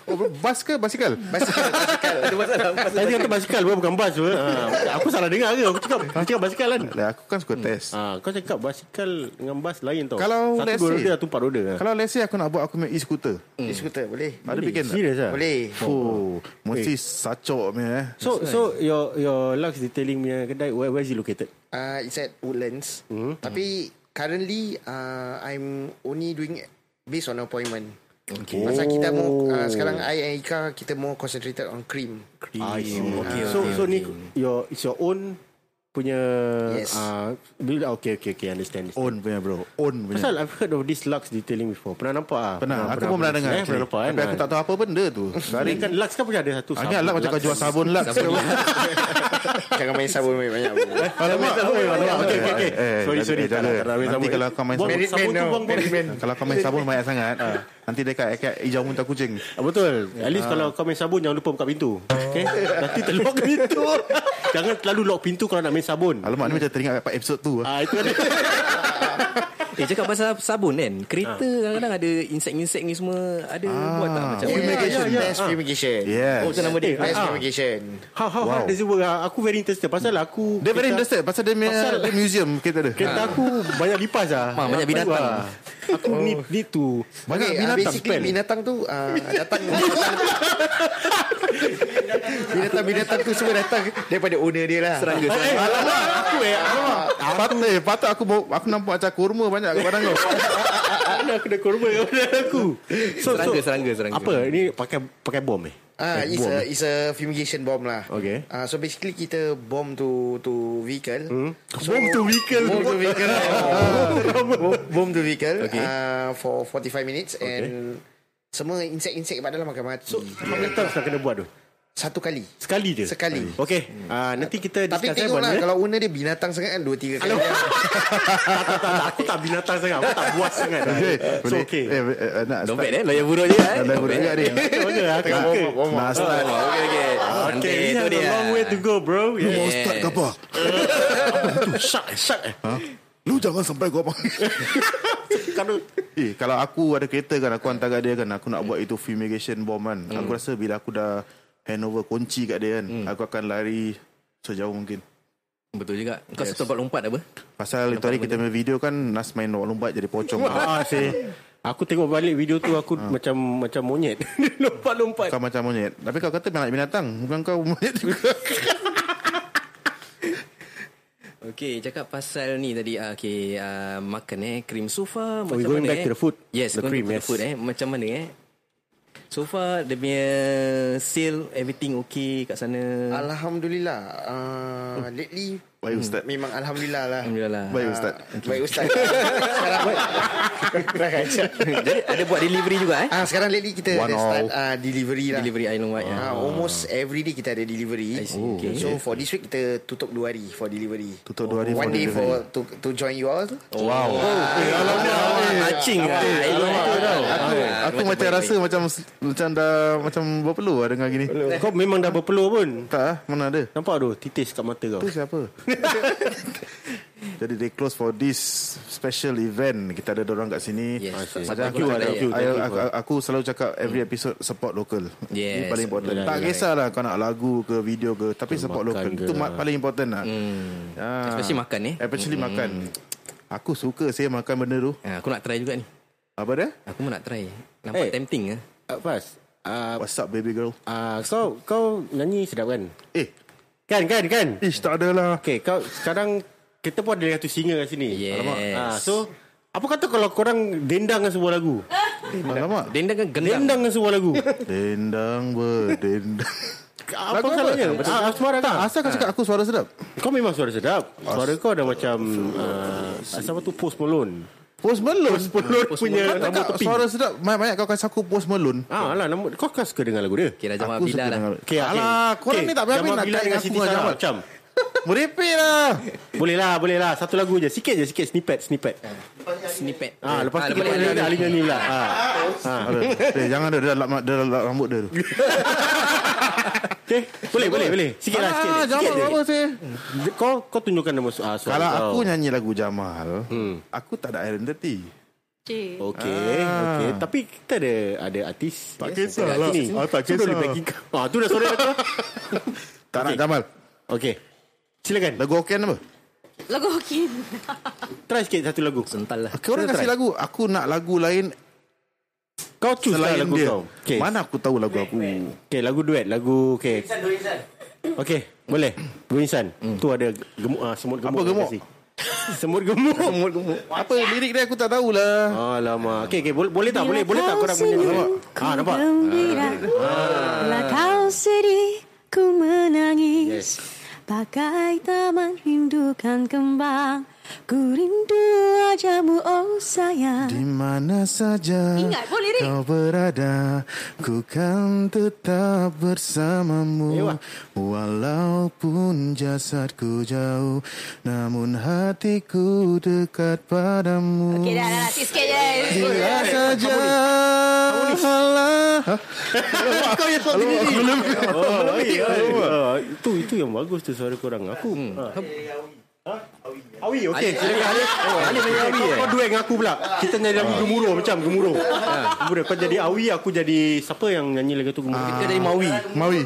[SPEAKER 1] Oh bas ke basikal
[SPEAKER 7] Tadi kata basikal pun bukan bas pun. Ha, aku salah dengar ke? Aku cakap, aku cakap basikal kan?
[SPEAKER 1] Lah, Aku kan suka test
[SPEAKER 7] Ha, kau cakap basikal dengan bas lain tau.
[SPEAKER 1] Kalau
[SPEAKER 7] Satu
[SPEAKER 1] let's
[SPEAKER 7] dua
[SPEAKER 1] say-
[SPEAKER 7] roda, satu empat roda. ah.
[SPEAKER 1] Kalau let's say aku nak buat Aku punya e-scooter
[SPEAKER 8] e-scooter boleh.
[SPEAKER 1] Ada bikin ah. tak
[SPEAKER 7] Serius lah?
[SPEAKER 8] Boleh.
[SPEAKER 1] Oh, mesti sacok punya eh.
[SPEAKER 7] So, so your your Lux detailing punya kedai, where, where is it located?
[SPEAKER 8] Uh, it's at Woodlands. Mm-hmm. Tapi currently uh, I'm only doing based on appointment. Okay. Pasal kita mau uh, sekarang I and Ika kita more concentrated on cream.
[SPEAKER 1] Ah,
[SPEAKER 8] Uh,
[SPEAKER 7] I see. Okay, Oh, so so ni your it's your own punya
[SPEAKER 8] Yes.
[SPEAKER 7] uh, build okay okay okay understand. understand.
[SPEAKER 1] Own punya bro, own punya.
[SPEAKER 7] Pasal I've heard of this Lux detailing before. Pernah nampak ah?
[SPEAKER 1] Oh. Pernah, aku pun pernah dengar.
[SPEAKER 7] Eh, pernah
[SPEAKER 1] actually.
[SPEAKER 7] nampak kan?
[SPEAKER 1] Tapi aku tak tahu apa benda tu.
[SPEAKER 7] Hari
[SPEAKER 1] Sekarang
[SPEAKER 7] kan Lux kan punya ada satu
[SPEAKER 1] Agak lah macam kau jual sabun lah.
[SPEAKER 8] Jangan main sabun banyak. banyak.
[SPEAKER 1] Alamak.
[SPEAKER 7] Okay, okay, okay.
[SPEAKER 1] Eh, eh,
[SPEAKER 7] Sorry,
[SPEAKER 1] jangan-
[SPEAKER 7] sorry.
[SPEAKER 1] jangan.
[SPEAKER 7] Tak nak, tak nak ambil
[SPEAKER 1] Nanti
[SPEAKER 7] sabun.
[SPEAKER 1] kalau kau main
[SPEAKER 7] Buang
[SPEAKER 1] sabun-
[SPEAKER 7] sabun tu, buang buang.
[SPEAKER 1] Kalau kau main Ah. sabun banyak sangat, nanti dia kat kat hijau muntah kucing.
[SPEAKER 7] Ah, betul. At least kalau kau main sabun jangan lupa buka pintu. Okay? Nanti terlock pintu. jangan terlalu lock pintu kalau nak main sabun.
[SPEAKER 1] ah. Alamak ni macam teringat kat part episode tu.
[SPEAKER 7] Ah itu ada.
[SPEAKER 5] Eh cakap pasal sabun kan Kereta kadang-kadang ada Insek-insek ni semua Ada ah, buat tak macam
[SPEAKER 8] Fumigation Mass fumigation
[SPEAKER 1] Yes.
[SPEAKER 8] Oh tu nama dia
[SPEAKER 7] Eh,
[SPEAKER 8] Mass
[SPEAKER 7] ah.
[SPEAKER 8] fumigation
[SPEAKER 7] How, how wow.
[SPEAKER 1] Wow.
[SPEAKER 7] hard does it work? Ah, Aku very interested Pasal aku
[SPEAKER 1] Dia very
[SPEAKER 7] kereta-
[SPEAKER 1] interested Pasal dia punya
[SPEAKER 7] Pasal-
[SPEAKER 1] dia museum Kita ada Ah.
[SPEAKER 7] Kereta aku banyak lipas lah
[SPEAKER 5] Ah, banyak
[SPEAKER 7] Aku,
[SPEAKER 5] binatang.
[SPEAKER 7] ah, Aku need, need to
[SPEAKER 1] Oh. Banyak
[SPEAKER 8] Okay,
[SPEAKER 1] binatang
[SPEAKER 8] ah, Basically
[SPEAKER 7] spell.
[SPEAKER 8] binatang tu ah, Datang Binatang-binatang tu semua datang Daripada owner dia lah
[SPEAKER 1] Eh, eh, alamak aku eh alamak. Patut eh patut aku Ah, bau- aku nampak macam kurma banyak kat badan kau.
[SPEAKER 7] Ada aku dah korban Kau dah aku so,
[SPEAKER 5] Serangga, serangga, serangga.
[SPEAKER 7] Apa ni pakai pakai bom eh
[SPEAKER 8] Ah, it's a it's a fumigation bomb lah.
[SPEAKER 7] Okay.
[SPEAKER 8] Ah, so basically kita bomb to to vehicle. Hmm? So,
[SPEAKER 7] Bomb to vehicle. Oh.
[SPEAKER 8] Bomb to vehicle. Ah, bomb- bomb to vehicle. Okay. Ah, for 45 minutes and semua insek-insek kat dalam akan mati. So
[SPEAKER 7] Berapa times nak kena buat tu
[SPEAKER 8] satu kali.
[SPEAKER 7] Hmm. Sekali je
[SPEAKER 8] Sekali.
[SPEAKER 7] Okay Ah, Nanti kita
[SPEAKER 8] Tapi
[SPEAKER 7] discuss eh,
[SPEAKER 8] tengoklah
[SPEAKER 7] Bon, eh.
[SPEAKER 8] kalau owner dia binatang sangat kan dua tiga kali.
[SPEAKER 7] tak, tak, tak, tak. Aku tak binatang sangat Aku tak buas sangat
[SPEAKER 1] Okay.
[SPEAKER 7] So
[SPEAKER 1] boleh.
[SPEAKER 7] okay
[SPEAKER 1] Eh, eh, eh, nak
[SPEAKER 5] Not
[SPEAKER 1] start.
[SPEAKER 5] bad eh Lawyer buruk je eh Oh,
[SPEAKER 1] Dah boleh juga dia.
[SPEAKER 7] Mana lah Tengah buka
[SPEAKER 1] Nak start.
[SPEAKER 5] Okay okay
[SPEAKER 7] Ah. Okay
[SPEAKER 5] Nanti
[SPEAKER 7] We
[SPEAKER 5] tu
[SPEAKER 7] have a
[SPEAKER 5] dia
[SPEAKER 7] long way to go bro
[SPEAKER 1] Mau
[SPEAKER 7] Yeah.
[SPEAKER 1] start ke apa?
[SPEAKER 7] Tu Shark Shark eh
[SPEAKER 1] Ha? Lu jangan sampai gua apa.
[SPEAKER 7] Kalau
[SPEAKER 1] Eh, kalau aku ada kereta kan aku hantar kat dia kan aku nak buat itu fumigation bomb kan. Aku rasa bila aku dah hand over kunci kat dia kan, aku akan lari sejauh mungkin.
[SPEAKER 5] Betul juga Kau yes. sempat lompat apa
[SPEAKER 1] Pasal itu hari kita punya video kan Nas main lompat jadi pocong.
[SPEAKER 7] Ah, say. Aku tengok balik video tu Aku
[SPEAKER 1] Ah.
[SPEAKER 7] macam Macam monyet Lompat-lompat
[SPEAKER 1] Kau macam monyet Tapi kau kata anak binatang Bukan kau monyet juga
[SPEAKER 5] Okay cakap pasal ni tadi ah, Okay uh, Makan eh Cream sofa
[SPEAKER 7] we
[SPEAKER 5] Macam
[SPEAKER 7] going
[SPEAKER 5] mana
[SPEAKER 7] back
[SPEAKER 5] eh
[SPEAKER 7] to the food.
[SPEAKER 5] Yes
[SPEAKER 7] The
[SPEAKER 5] the cream,
[SPEAKER 7] cream,
[SPEAKER 5] to
[SPEAKER 7] yes.
[SPEAKER 5] the food eh Macam mana eh So far Dia punya Sale Everything okay Kat sana
[SPEAKER 8] Alhamdulillah. Ah, lately hmm,
[SPEAKER 1] Baik Ustaz
[SPEAKER 8] memang alhamdulillah lah.
[SPEAKER 5] Alhamdulillah lah
[SPEAKER 1] Baik Ustaz
[SPEAKER 8] Baik ustaz. Sekarang Kurang ajar.
[SPEAKER 5] Jadi ada buat delivery juga eh
[SPEAKER 8] Ah sekarang lately kita
[SPEAKER 1] One
[SPEAKER 8] dah start
[SPEAKER 1] all.
[SPEAKER 8] ah, delivery lah.
[SPEAKER 5] Delivery island wide
[SPEAKER 8] Ah, almost every day kita ada delivery.
[SPEAKER 5] I see. Oh, okay.
[SPEAKER 8] So for this week kita tutup dua hari for delivery.
[SPEAKER 1] Tutup dua hari for
[SPEAKER 8] One day
[SPEAKER 1] delivery.
[SPEAKER 8] for to to join you all.
[SPEAKER 5] Oh, wow. Touching lah.
[SPEAKER 1] Aku, aku macam rasa macam Macam dah Macam berpeluh lah dengar gini
[SPEAKER 7] Kau memang dah berpeluh pun
[SPEAKER 1] Tak ah, Mana ada
[SPEAKER 7] Nampak tu Titis kat mata kau
[SPEAKER 1] Itu siapa Jadi they close for this Special event Kita ada orang kat sini
[SPEAKER 5] Yes.
[SPEAKER 1] Macam
[SPEAKER 5] Thank
[SPEAKER 1] aku,
[SPEAKER 5] you,
[SPEAKER 1] ada-
[SPEAKER 5] thank
[SPEAKER 7] you, thank
[SPEAKER 1] ayo-
[SPEAKER 7] you
[SPEAKER 1] aku, aku selalu cakap Every episode Support local
[SPEAKER 5] Yes.
[SPEAKER 1] Ini paling important
[SPEAKER 7] Betul,
[SPEAKER 1] Tak
[SPEAKER 7] betul.
[SPEAKER 1] kisahlah Kau nak lagu ke Video ke Tapi support
[SPEAKER 7] makan
[SPEAKER 1] local
[SPEAKER 7] ke
[SPEAKER 1] Itu
[SPEAKER 7] lah.
[SPEAKER 1] paling important lah Ah.
[SPEAKER 5] Especially makan eh.
[SPEAKER 1] Especially makan Aku suka saya makan benda tu
[SPEAKER 5] Ah, Aku nak try juga ni.
[SPEAKER 1] Apa dia?
[SPEAKER 5] Aku pun nak try. Nampak
[SPEAKER 7] Eh.
[SPEAKER 5] tempting ah.
[SPEAKER 7] Pas Ah,
[SPEAKER 1] What's up baby girl?
[SPEAKER 7] ah, Kau Kau nyanyi sedap kan
[SPEAKER 1] Eh,
[SPEAKER 7] Kan kan kan
[SPEAKER 1] ish tak ada lah
[SPEAKER 7] Okay kau Sekarang Kita pun ada satu singer kat sini
[SPEAKER 5] Yes.
[SPEAKER 7] ah, So Apa kata kalau korang Dendang dengan sebuah lagu
[SPEAKER 1] Eh, Alamak
[SPEAKER 5] Dendang kan gendang.
[SPEAKER 7] Dendang dengan sebuah lagu
[SPEAKER 1] Dendang berdendang
[SPEAKER 7] Apa
[SPEAKER 1] Lagu apa?
[SPEAKER 7] salahnya ah, Asmara
[SPEAKER 1] Tak,
[SPEAKER 7] kan
[SPEAKER 1] asal kau cakap aku suara sedap
[SPEAKER 7] Kau memang suara sedap Suara kau dah macam ah, Siapa tu Post Malone
[SPEAKER 1] Post Malone
[SPEAKER 7] Post Malone punya
[SPEAKER 1] Kau
[SPEAKER 7] Rambut
[SPEAKER 1] cakap
[SPEAKER 7] tepi
[SPEAKER 1] suara sedap Banyak-banyak kau kasi aku Post Malone
[SPEAKER 7] Ah, lah, nama, kau kan suka dengar lagu dia? Ah,
[SPEAKER 5] Kira Jamal Bila lah.
[SPEAKER 1] dengar-
[SPEAKER 7] Okay,
[SPEAKER 1] Alah, korang ni tak berapa nak
[SPEAKER 7] bila
[SPEAKER 1] kait
[SPEAKER 7] dengan
[SPEAKER 1] aku lah,
[SPEAKER 7] Siti
[SPEAKER 1] dengan
[SPEAKER 7] Sarah
[SPEAKER 1] Jamal.
[SPEAKER 7] macam.
[SPEAKER 1] Merepek lah
[SPEAKER 7] Boleh lah, boleh lah. Satu lagu je. Sikit je, sikit snippet, snippet.
[SPEAKER 5] Snippet. Eh,
[SPEAKER 1] Eh,
[SPEAKER 7] Ah, lepas
[SPEAKER 5] lepas
[SPEAKER 7] tu kita
[SPEAKER 5] ni
[SPEAKER 7] ada
[SPEAKER 5] ada
[SPEAKER 7] Ali nyanyi pula. Ah.
[SPEAKER 1] Aduh, eh, Jangan dia, dia, lap- dia lap rambut dia tu
[SPEAKER 7] Okay, boleh, boleh, boleh. Sikit lah, sikit.
[SPEAKER 1] Alah,
[SPEAKER 7] je, sikit
[SPEAKER 1] Jamal
[SPEAKER 7] je.
[SPEAKER 1] Ah, apa sih
[SPEAKER 7] Kau kau tunjukkan nama su- ah, suara
[SPEAKER 1] Kalau
[SPEAKER 7] kau.
[SPEAKER 1] aku nyanyi lagu Jamal Aku tak ada identity
[SPEAKER 6] Cik.
[SPEAKER 7] Okay, okay. Tapi kita ada ada
[SPEAKER 1] Ah.
[SPEAKER 7] artis.
[SPEAKER 1] Tak
[SPEAKER 7] Yes,
[SPEAKER 1] kisah
[SPEAKER 7] ada
[SPEAKER 1] lah.
[SPEAKER 7] artis ni.
[SPEAKER 1] Ah, tak
[SPEAKER 7] So, boleh
[SPEAKER 1] kisah.
[SPEAKER 7] backing kau. Ah, tu dah suara kau.
[SPEAKER 1] Tak nak
[SPEAKER 7] Okay.
[SPEAKER 1] Jamal
[SPEAKER 7] Okay. Silakan.
[SPEAKER 1] Lagu Hokkien apa?
[SPEAKER 6] Lagu Hokkien.
[SPEAKER 7] Try sikit satu lagu.
[SPEAKER 5] sental lah.
[SPEAKER 1] Kau orang kasi lagu Aku nak lagu lain
[SPEAKER 7] Kau choose lah
[SPEAKER 1] Selain
[SPEAKER 7] lagu
[SPEAKER 1] dia
[SPEAKER 7] kau. Okay.
[SPEAKER 1] Mana aku tahu lagu aku
[SPEAKER 7] Okay, lagu duet, lagu okay. Okay, boleh. Buinsan.
[SPEAKER 1] Hmm.
[SPEAKER 7] Tu ada gemuk ah, semut gemuk.
[SPEAKER 1] Apa gemuk?
[SPEAKER 7] Kasi. semut gemuk.
[SPEAKER 1] Gemuk, gemuk. Apa lirik dia aku tak tahulah
[SPEAKER 7] Alamak. Okay, okay. Boleh, boleh tak? Boleh, boleh tak korang punya?
[SPEAKER 1] senyum,
[SPEAKER 7] Ah, nampak?
[SPEAKER 9] Gembira Bila kau sedih Ku menangis Pakai taman rindukan kembang Ku rindu wajahmu oh sayang
[SPEAKER 1] Di mana saja
[SPEAKER 6] Ingat pun lirik.
[SPEAKER 1] kau berada Ku kan tetap bersamamu
[SPEAKER 7] Ewa.
[SPEAKER 1] Walaupun jasadku jauh Namun hatiku dekat padamu
[SPEAKER 6] Okay dah dah. dah. Sikit-sikit je.
[SPEAKER 7] eh?
[SPEAKER 1] Bila saja Alah
[SPEAKER 7] Kau yang suara sendiri. Oh, oh, itu itu yang bagus tu suara korang. Aku. ah. Hmm. Awi okey.
[SPEAKER 8] Alif,
[SPEAKER 7] Kita dengan Alif.
[SPEAKER 8] Alif.
[SPEAKER 7] Oh, Alif dengan Awi.
[SPEAKER 8] Alif.
[SPEAKER 7] Kau, kau duet dengan aku pula. Kita nyanyi lagu
[SPEAKER 8] Ah.
[SPEAKER 7] gemuruh macam gemuruh. Gemuruh kau jadi Awi aku jadi siapa yang nyanyi lagu tu gemuruh? Ah. Kita jadi Mawi.
[SPEAKER 1] Mawi.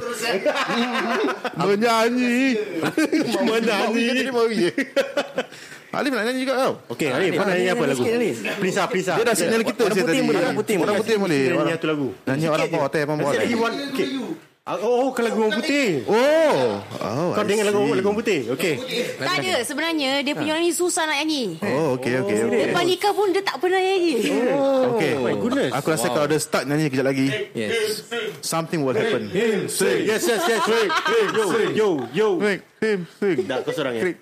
[SPEAKER 1] Menyanyi.
[SPEAKER 7] Menyanyi.
[SPEAKER 1] Jadi Mawi je. Alif nak nyanyi juga tau.
[SPEAKER 7] Okey, Alif, kau Ah. nak nyanyi apa lagu? Please lah, please lah.
[SPEAKER 1] Dia dah signal kita
[SPEAKER 7] Orang
[SPEAKER 1] saya
[SPEAKER 7] putih
[SPEAKER 1] tadi.
[SPEAKER 7] boleh, orang putih
[SPEAKER 1] Orang
[SPEAKER 7] boleh.
[SPEAKER 1] putih boleh.
[SPEAKER 7] Kita nyanyi
[SPEAKER 1] Orang-
[SPEAKER 7] satu lagu.
[SPEAKER 1] Nyanyi
[SPEAKER 7] Sikit
[SPEAKER 1] orang
[SPEAKER 7] je.
[SPEAKER 1] pantai, orang
[SPEAKER 7] Nanti
[SPEAKER 1] pantai.
[SPEAKER 7] lagi one. Okay. Oh, oh, kalau lagu orang putih. Oh. Kau
[SPEAKER 1] I
[SPEAKER 7] dengar lagu
[SPEAKER 1] see.
[SPEAKER 7] lagu orang putih. Okey.
[SPEAKER 9] Tak ada sebenarnya dia
[SPEAKER 7] Ah.
[SPEAKER 9] punya orang ni susah nak nyanyi.
[SPEAKER 1] Oh, okey, okey, okey.
[SPEAKER 9] Lepas nikah pun dia tak pernah nyanyi.
[SPEAKER 1] Okay.
[SPEAKER 7] Oh my goodness.
[SPEAKER 1] Aku rasa
[SPEAKER 7] Wow.
[SPEAKER 1] kalau dia start nyanyi kejap lagi, yes. something will happen. Him
[SPEAKER 7] sing. Yes, yes, yes. Wait, wait, yo, yo, yo.
[SPEAKER 1] Wait, him sing.
[SPEAKER 7] Dah, kau seorang ya?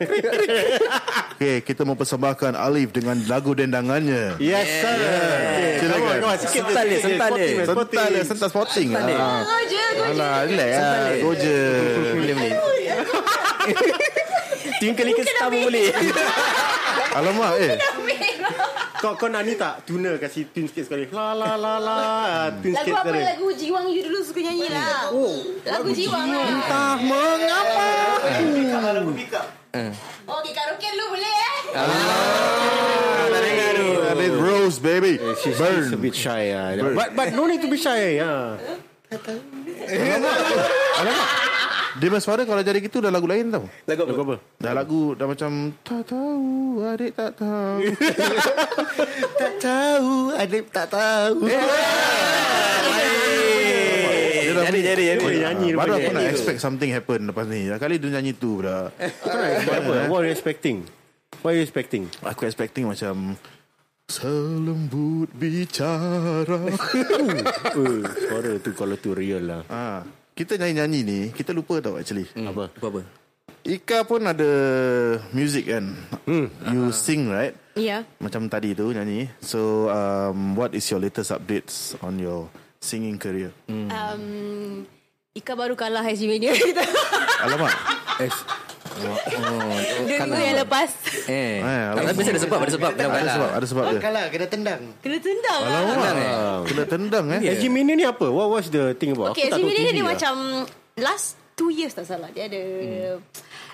[SPEAKER 1] Okay, kita mempersembahkan Alif dengan lagu dendangannya.
[SPEAKER 7] Yes, sir. Okay, come on,
[SPEAKER 1] Silakan.
[SPEAKER 7] come on. Sikit, Sental dia, sikit, sental dia. sporting, sporting.
[SPEAKER 1] Sental dia, sental sporting.
[SPEAKER 7] Sental dia.
[SPEAKER 1] Ah.
[SPEAKER 9] Goja, goja.
[SPEAKER 1] Alah, relax lah.
[SPEAKER 5] Sental dia.
[SPEAKER 1] Goja.
[SPEAKER 5] Boleh boleh. Twinkle little star pun boleh.
[SPEAKER 1] Alamak, eh.
[SPEAKER 7] Kau kau nak ni tak? Tuna kasi tune sikit sekali. La la la la. Ah, Tune
[SPEAKER 9] Lagu
[SPEAKER 7] sikit
[SPEAKER 9] apa
[SPEAKER 7] sekali.
[SPEAKER 9] lagu Jiwang you dulu suka nyanyi lah. Lagu Jiwang lah. Eh,
[SPEAKER 7] Entah mengapa. Hmm. Eh.
[SPEAKER 9] Oh, pergi karaoke dulu boleh eh?
[SPEAKER 1] That is Rose, baby.
[SPEAKER 7] Oh. Eh, She's,
[SPEAKER 1] Burn.
[SPEAKER 7] she's a bit shy. ah.
[SPEAKER 1] Burn.
[SPEAKER 7] But but no need to be shy. ah.
[SPEAKER 1] Alamak. Dia punya suara kalau jadi gitu dah lagu lain tau.
[SPEAKER 7] Lagu apa?
[SPEAKER 1] Dah lagu dah macam tak tahu adik tak tahu.
[SPEAKER 10] Tak tahu Adib tak tahu
[SPEAKER 1] Eh, Dia dah
[SPEAKER 5] Jadi,
[SPEAKER 1] punya-
[SPEAKER 5] jadi, jadi.
[SPEAKER 1] Dia
[SPEAKER 7] nyanyi
[SPEAKER 1] ah, Baru
[SPEAKER 7] rupanya.
[SPEAKER 1] aku nak
[SPEAKER 7] Nyanyi tu.
[SPEAKER 1] expect something happen lepas ni. Dah Kali dia nyanyi tu pula.
[SPEAKER 7] Kau nak expect apa? What are you expecting? What are you expecting?
[SPEAKER 1] Aku expecting macam Selembut bicara
[SPEAKER 7] Uh, suara tu kalau tu real lah.
[SPEAKER 1] ha,
[SPEAKER 7] Hmm.
[SPEAKER 1] Kita nyanyi-nyanyi ni Kita lupa tau actually
[SPEAKER 7] Apa?
[SPEAKER 5] Apa-apa?
[SPEAKER 1] Ika pun ada Music kan
[SPEAKER 7] Hmm.
[SPEAKER 1] You sing right
[SPEAKER 6] Yeah.
[SPEAKER 1] Macam tadi tu nyanyi So um, What is your latest updates On your Singing career
[SPEAKER 6] Um, Ika baru kalah
[SPEAKER 7] Oh,
[SPEAKER 6] Hasmania kita.
[SPEAKER 1] Alamak
[SPEAKER 5] Eh, Oh, oh,
[SPEAKER 6] Dia dulu yang lepas.
[SPEAKER 1] Eh,
[SPEAKER 5] Eh,
[SPEAKER 1] alamak.
[SPEAKER 5] tapi ada sebab, ada sebab. lah.
[SPEAKER 1] Ada sebab Ada sebab dia
[SPEAKER 8] Kalah lah, kena tendang
[SPEAKER 6] Kena tendang lah.
[SPEAKER 1] Alamak Kena tendang eh
[SPEAKER 7] Yeah. Mania ni apa? What was the thing about?
[SPEAKER 6] Okay,
[SPEAKER 7] aku tak tahu
[SPEAKER 6] Hasmania
[SPEAKER 7] TV
[SPEAKER 6] dia, dia
[SPEAKER 7] lah. Hmm.
[SPEAKER 6] macam last two years tak salah. Dia ada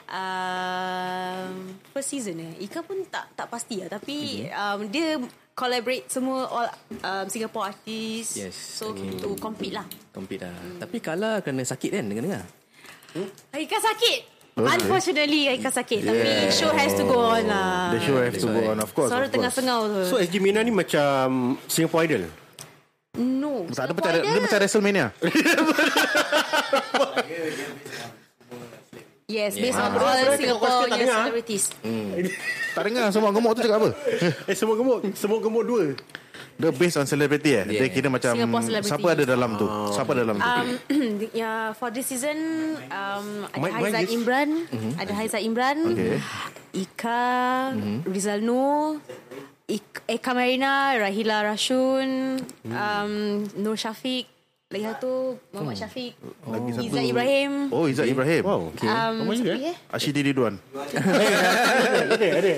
[SPEAKER 6] um, first season eh. Ika pun tak tak pasti lah. Tapi
[SPEAKER 7] Mm-hmm.
[SPEAKER 6] um, dia collaborate semua all um, Singapore artist.
[SPEAKER 5] Yes.
[SPEAKER 6] So, hmm.
[SPEAKER 7] Mm.
[SPEAKER 6] to compete lah.
[SPEAKER 5] Compete lah. Tapi kalah kena sakit kan dengar-dengar.
[SPEAKER 6] Ika sakit.
[SPEAKER 1] Oh, Okay.
[SPEAKER 6] Unfortunately, Ika sakit. Yeah. Tapi show has to go on lah.
[SPEAKER 1] The show have to go on Of course
[SPEAKER 6] Suara
[SPEAKER 1] of
[SPEAKER 6] tengah
[SPEAKER 1] course.
[SPEAKER 6] sengau tu.
[SPEAKER 7] So SG Mina ni macam Singapore Idol.
[SPEAKER 6] no.
[SPEAKER 1] Tak ada
[SPEAKER 6] Singapore
[SPEAKER 1] macam Dia
[SPEAKER 6] Idol.
[SPEAKER 1] macam Wrestlemania
[SPEAKER 6] Yes, based on
[SPEAKER 7] Ah.
[SPEAKER 6] all
[SPEAKER 7] Kau
[SPEAKER 6] Singapore
[SPEAKER 7] still
[SPEAKER 1] ah.
[SPEAKER 7] tak dengar?
[SPEAKER 6] celebrities.
[SPEAKER 1] Mm-hmm. Tak dengar semua gemuk tu cakap apa
[SPEAKER 7] Eh semua gemuk, semua gemuk dua.
[SPEAKER 1] Dia based on celebrity eh yeah. Dia kira macam
[SPEAKER 6] Singapore celebrity.
[SPEAKER 1] Siapa ada dalam tu oh. Siapa dalam tu
[SPEAKER 6] Um, yeah, for this season, um, ada
[SPEAKER 7] Mic- mic
[SPEAKER 6] Haizat
[SPEAKER 7] is-
[SPEAKER 6] Imran, ada Haizat Imran,
[SPEAKER 1] Mm-hmm. Okay. Mm-hmm.
[SPEAKER 6] Ika, Rizal Noor, Ik- Eka Marina, Rahila Rashun,
[SPEAKER 1] Mm.
[SPEAKER 6] um, Nur Syafiq, lagi satu Muhammad Syafiq,
[SPEAKER 1] Hmm. Lagi satu.
[SPEAKER 6] Izzat Ibrahim.
[SPEAKER 1] Oh Izzat Ibrahim
[SPEAKER 7] Wow. Okay.
[SPEAKER 6] Um,
[SPEAKER 7] Ramai juga,
[SPEAKER 6] siapa lagi, eh?
[SPEAKER 1] Ashidi Ridwan
[SPEAKER 7] Ada, ada.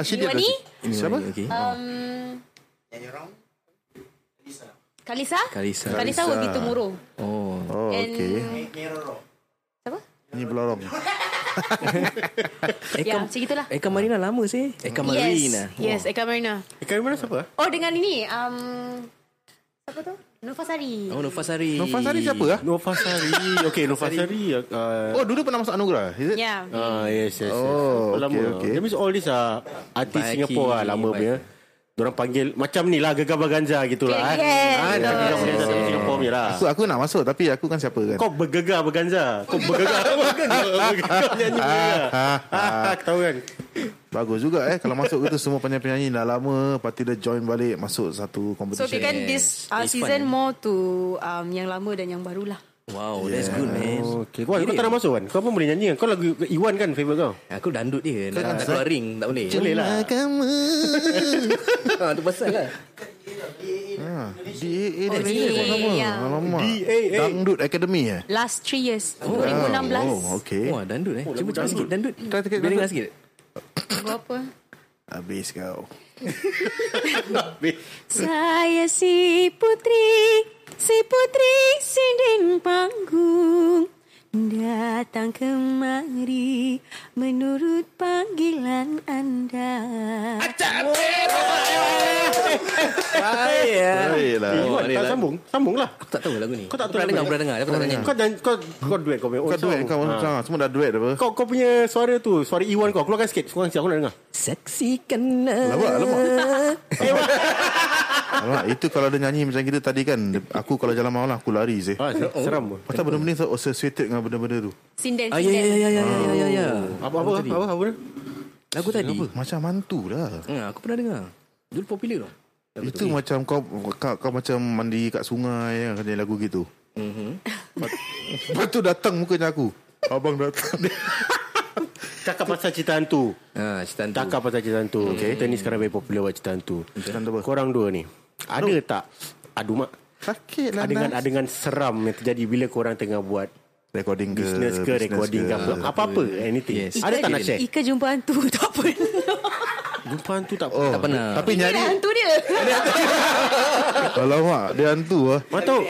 [SPEAKER 1] Ashidi
[SPEAKER 6] Iwani?
[SPEAKER 1] Siapa?
[SPEAKER 5] Okey.
[SPEAKER 6] Um, Kalisa?
[SPEAKER 5] Kalisa.
[SPEAKER 6] Kalisa will be tomorrow.
[SPEAKER 5] Oh.
[SPEAKER 1] Oh
[SPEAKER 6] And-
[SPEAKER 1] okay
[SPEAKER 6] Siapa?
[SPEAKER 1] Ini belorong
[SPEAKER 6] Ya, macam itulah.
[SPEAKER 5] Eka Marina lama sih. Eka Marina.
[SPEAKER 6] Yes, yes Eka Marina.
[SPEAKER 7] Ikan mana siapa?
[SPEAKER 6] Oh dengan ini um, Apa tu? Nufasari
[SPEAKER 5] Oh, Nofasari.
[SPEAKER 1] Nova Sari siapa ah?
[SPEAKER 7] Nova Sari. Okay, Nova Sari. Uh,
[SPEAKER 1] Oh dulu pernah masuk anugerah Is it?
[SPEAKER 6] Ya yeah.
[SPEAKER 7] Ah yes yes. yes.
[SPEAKER 1] Oh,
[SPEAKER 7] lama.
[SPEAKER 1] okay, okay.
[SPEAKER 7] That means all these are artis
[SPEAKER 5] Baiki,
[SPEAKER 7] Singapore lah
[SPEAKER 5] baiki.
[SPEAKER 7] lama punya. Diorang panggil macam ni lah Gegar Baganza gitu lah. eh.
[SPEAKER 6] Yes,
[SPEAKER 7] Ah, tapi
[SPEAKER 6] betul.
[SPEAKER 7] kamu dia satu Singapore punya lah.
[SPEAKER 1] Aku aku nak masuk tapi aku kan siapa kan?
[SPEAKER 7] Kau bergegar Baganza. Kau bergegar Baganza. Bergegar nyanyi bergegar.
[SPEAKER 1] Ah, ah,
[SPEAKER 7] Ah, tahu kan.
[SPEAKER 1] Bagus juga eh kalau masuk gitu semua penyanyi-penyanyi dah lama parti dia join balik masuk satu
[SPEAKER 6] So
[SPEAKER 1] competition.
[SPEAKER 6] okay kan this uh,
[SPEAKER 5] It's
[SPEAKER 6] season
[SPEAKER 5] fun.
[SPEAKER 6] more to um, Yang lama dan yang baru lah
[SPEAKER 5] Wow, that's good man.
[SPEAKER 7] Okay. Wan, kau tak nak masuk kan? Kau pun boleh nyanyi kan? Kau lagu Iwan kan favourite kau?
[SPEAKER 5] Aku dandut dia. Nak tak keluar ring, tak boleh.
[SPEAKER 7] Boleh lah.
[SPEAKER 1] kamu
[SPEAKER 5] Ha, tu pasal lah.
[SPEAKER 1] di Indonesia
[SPEAKER 6] DA,
[SPEAKER 1] pun sama.
[SPEAKER 6] ya.
[SPEAKER 1] Alamak.
[SPEAKER 7] DA.
[SPEAKER 1] Dangdut Academy eh.
[SPEAKER 6] Last 3 years
[SPEAKER 1] Oh,
[SPEAKER 6] 2016
[SPEAKER 1] okay.
[SPEAKER 5] Wah, dandut eh. Cuba cuba sikit dandut.
[SPEAKER 1] Try sikit
[SPEAKER 5] Boleh dengar sikit.
[SPEAKER 6] Berapa
[SPEAKER 1] Habis kau.
[SPEAKER 9] Saya si putri, si putri sinding panggung
[SPEAKER 11] Datang kemari menurut panggilan anda.
[SPEAKER 1] ya.
[SPEAKER 7] Baiklah. Eh, Wan,
[SPEAKER 5] Baiklah.
[SPEAKER 7] tak sambung? Sambung lah.
[SPEAKER 5] Aku Ah, tak tahu lagu ni.
[SPEAKER 7] Kau tak tahu
[SPEAKER 5] Pernah
[SPEAKER 7] lagu
[SPEAKER 5] dengar,
[SPEAKER 7] ni?
[SPEAKER 5] pernah dengar. Aku tak tanya.
[SPEAKER 7] Kau dan kau kau duet kau punya.
[SPEAKER 1] Kau duet, kau orang
[SPEAKER 7] Ha.
[SPEAKER 1] ha. Semua dah duet apa
[SPEAKER 7] Kau kau punya suara tu, suara Iwan kau. Keluarkan sikit. Keluarkan sikit. Aku nak dengar.
[SPEAKER 5] Saksikanlah.
[SPEAKER 1] Alamak, alamak. Alamak, itu kalau dia nyanyi macam kita tadi kan Aku kalau jalan malam aku lari sih
[SPEAKER 7] Ah, se- seram pun.
[SPEAKER 1] Pasal benda-benda ni associated dengan benda-benda tu
[SPEAKER 6] Sinden,
[SPEAKER 5] Ah, ya, ya, ya, ya, ya, ya, ya.
[SPEAKER 7] Apa apa
[SPEAKER 5] tadi?
[SPEAKER 7] apa apa?
[SPEAKER 5] Lagu tadi.
[SPEAKER 1] Apa? Macam mantu lah
[SPEAKER 5] Ha, aku pernah dengar. Dulu popular tau. Lagu
[SPEAKER 1] Itu
[SPEAKER 5] tu.
[SPEAKER 1] macam kau, kau kau macam mandi kat sungai kan dia lagu gitu. Mhm. Lepas tu datang mukanya aku. Abang datang.
[SPEAKER 7] Cakap pasal cerita hantu.
[SPEAKER 5] Ha, cerita hantu.
[SPEAKER 7] Cakap pasal cerita hantu. Okay. Kita ni sekarang very popular buat cerita hantu. Hmm. Cerita hantu apa? Korang dua ni. Ada tak? Aduh mak.
[SPEAKER 1] Sakit lah.
[SPEAKER 7] Adegan
[SPEAKER 1] Nas.
[SPEAKER 7] adegan seram yang terjadi bila korang tengah buat
[SPEAKER 1] recording ke
[SPEAKER 7] business ke
[SPEAKER 1] business
[SPEAKER 7] recording
[SPEAKER 1] ke,
[SPEAKER 7] ke apa apa-apa anything.
[SPEAKER 1] Yes.
[SPEAKER 7] Ada tak nak
[SPEAKER 5] ya,
[SPEAKER 7] share?
[SPEAKER 6] Ika jumpa hantu tak apa.
[SPEAKER 7] Jumpa hantu tak
[SPEAKER 1] Oh,
[SPEAKER 7] tak pernah.
[SPEAKER 1] Tapi
[SPEAKER 6] Ika
[SPEAKER 1] nyari
[SPEAKER 6] dah hantu dia.
[SPEAKER 1] Alamak dia hantu ah.
[SPEAKER 7] Mantap.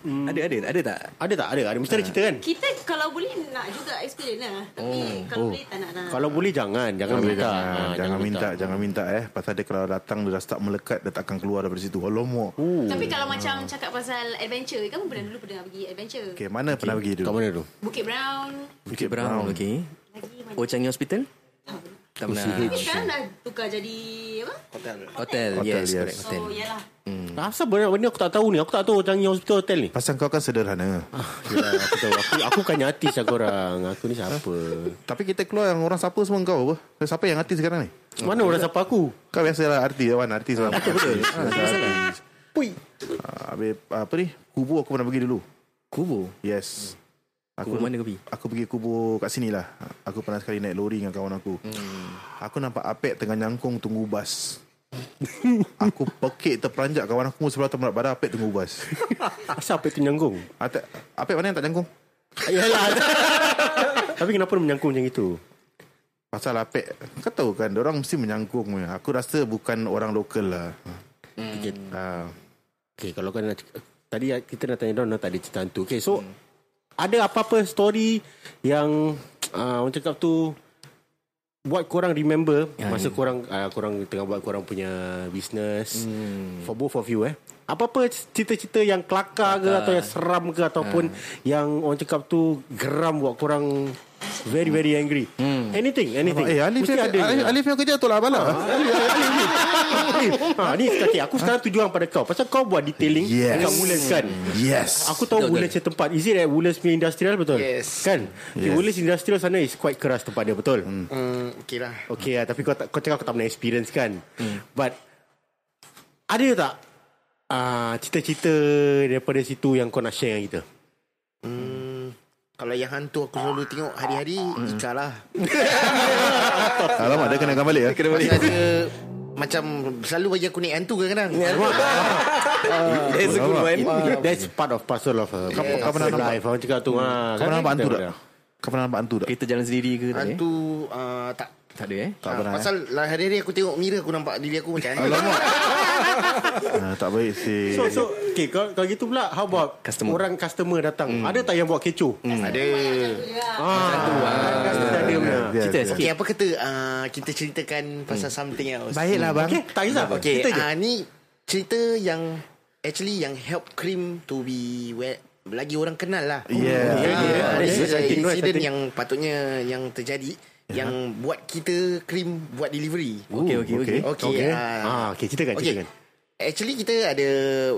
[SPEAKER 5] Ada ada ada tak?
[SPEAKER 7] Ada tak? Ada. Ada mesti ada cerita kan?
[SPEAKER 9] Kita kalau boleh nak juga experience lah. Tapi
[SPEAKER 7] Oh.
[SPEAKER 9] kalau
[SPEAKER 7] Oh.
[SPEAKER 9] boleh tak nak lah.
[SPEAKER 7] Kalau boleh jangan, jangan
[SPEAKER 1] Jangan,
[SPEAKER 7] minta.
[SPEAKER 1] jangan,
[SPEAKER 7] Ha,
[SPEAKER 1] jangan, minta, jangan minta eh. Pasal dia kalau datang dia dah start melekat dia takkan keluar daripada situ. Alamak.
[SPEAKER 9] Tapi kalau macam cakap pasal adventure, kamu pernah dulu pernah pergi adventure.
[SPEAKER 1] Okay, mana pernah pergi dulu? Kau
[SPEAKER 7] mana dulu?
[SPEAKER 9] Bukit Brown.
[SPEAKER 5] Bukit Brown, okey. Oh, Changi Hospital? Tak pernah.
[SPEAKER 9] Tapi sekarang dah tukar jadi apa?
[SPEAKER 7] Hotel.
[SPEAKER 5] Hotel,
[SPEAKER 1] Hotel,
[SPEAKER 5] yes,
[SPEAKER 1] yes.
[SPEAKER 5] correct. Hotel.
[SPEAKER 9] Oh, yalah.
[SPEAKER 7] Hmm. Asal benda-benda aku tak tahu ni. Aku tak tahu Changi Hospital Hotel ni.
[SPEAKER 1] Pasal kau kan sederhana.
[SPEAKER 7] Yelah, aku tahu. Aku, aku bukannya artis lah korang. Aku ni siapa?
[SPEAKER 1] Tapi kita keluar yang orang siapa semua kau apa? Siapa yang artis sekarang ni?
[SPEAKER 7] Mana orang siapa aku?
[SPEAKER 1] Kau biasalah artis Wan artis orang. Betul betul.
[SPEAKER 7] Pui.
[SPEAKER 1] Habis ah, apa ni? Kubu aku pernah pergi dulu.
[SPEAKER 5] Kubu?
[SPEAKER 1] Yes. Aku
[SPEAKER 5] Kubur mana kau pergi?
[SPEAKER 1] Aku pergi kubur kat sini lah. Aku pernah sekali naik lori dengan kawan aku. Hmm. Aku nampak Apek tengah nyangkung tunggu bas. aku pekik terperanjat kawan aku sebelah termerat badan Apek tunggu bas.
[SPEAKER 7] Asal Apek tu nyangkung?
[SPEAKER 1] Apek mana yang tak nyangkung?
[SPEAKER 7] Yalah. Tapi kenapa dia menyangkung macam itu?
[SPEAKER 1] Pasal Apek Kau tahu kan Orang mesti menyangkung punya. Aku rasa bukan orang lokal lah Ah.
[SPEAKER 7] Okay. okay, kalau kau nak cakap- tadi kita nak tanya Don tak ada cerita hantu. Okay, so hmm. ada apa-apa story yang uh, orang cakap tu buat korang remember
[SPEAKER 5] Ya,
[SPEAKER 7] masa
[SPEAKER 5] ya.
[SPEAKER 7] korang uh, korang tengah buat korang punya business hmm. for both of you eh. Apa-apa cerita-cerita yang kelakar Ah. ke
[SPEAKER 5] Kelakar.
[SPEAKER 7] atau yang seram ke ataupun yang orang cakap tu geram buat korang very very angry. Hmm. Anything, anything.
[SPEAKER 1] Eh Alif
[SPEAKER 7] Mesti ada.
[SPEAKER 1] Alif, Alif yang kerja lah, tolak balak
[SPEAKER 7] Eh, ha, ni kaki aku sekarang tujuan pada kau pasal kau buat detailing
[SPEAKER 1] Yes.
[SPEAKER 7] dekat Woodlands kan
[SPEAKER 1] Yes.
[SPEAKER 7] aku tahu
[SPEAKER 1] Betul,
[SPEAKER 7] Woodlands punya tempat is it at Woodlands punya industrial betul yes kan okay,
[SPEAKER 1] Yes.
[SPEAKER 7] Woodlands industrial sana is quite keras tempat dia betul hmm.
[SPEAKER 8] Hmm, okay lah.
[SPEAKER 7] okay lah tapi kau, tak, kau cakap kau tak pernah experience kan hmm. but ada tak uh, cita-cita daripada situ yang kau nak share dengan kita
[SPEAKER 8] Hmm, kalau yang hantu aku selalu tengok hari-hari
[SPEAKER 1] Hmm.
[SPEAKER 8] Ika lah.
[SPEAKER 1] Alamak dia kena gambar balik ya? Kena
[SPEAKER 8] Pasal dia macam selalu bagi aku naik hantu kadang-kadang.
[SPEAKER 7] That's a good one That's part of parcel of uh,
[SPEAKER 1] Kau- kau pernah nampak-
[SPEAKER 7] life Orang cakap tu ha,
[SPEAKER 1] Kau pernah nampak hantu tak? Kau pernah nampak hantu tak?
[SPEAKER 5] Kereta jalan sendiri ke tak? eh?
[SPEAKER 8] Hantu ah, tak.
[SPEAKER 5] Tak ada eh?
[SPEAKER 1] Tak pernah
[SPEAKER 8] Ah,
[SPEAKER 1] pasal...
[SPEAKER 8] pasal lah hari-hari aku tengok mirror aku nampak diri aku macam hantu.
[SPEAKER 1] eh? ah, Tak baik sih
[SPEAKER 7] So, so okay, kalau, kalau gitu pula How about customer. Orang customer datang hmm. Ada tak yang buat kecoh hmm.
[SPEAKER 8] Ada.
[SPEAKER 1] Ah,
[SPEAKER 7] Customer ada punya
[SPEAKER 5] Cerita
[SPEAKER 8] Okey,
[SPEAKER 5] sikit.
[SPEAKER 8] apa kata ah, kita ceritakan pasal something else. Hmm.
[SPEAKER 1] Baiklah, bang.
[SPEAKER 7] Okay tak kisah
[SPEAKER 8] Okay,
[SPEAKER 7] Cerita je
[SPEAKER 8] ah, ni cerita yang actually yang help Cream to be well, lagi orang kenal lah.
[SPEAKER 1] Yeah. Yeah, yeah.
[SPEAKER 8] Ah, ada
[SPEAKER 1] Yeah,
[SPEAKER 8] insiden-
[SPEAKER 1] yeah.
[SPEAKER 8] insiden
[SPEAKER 1] Yeah.
[SPEAKER 8] yang patutnya yang terjadi yang buat kita Cream buat delivery.
[SPEAKER 5] Okey, okey, okey.
[SPEAKER 8] Okay.
[SPEAKER 7] Okay.
[SPEAKER 8] ah.
[SPEAKER 7] Ah, okay, ceritakan,
[SPEAKER 8] Okay.
[SPEAKER 7] ceritakan.
[SPEAKER 8] Actually kita ada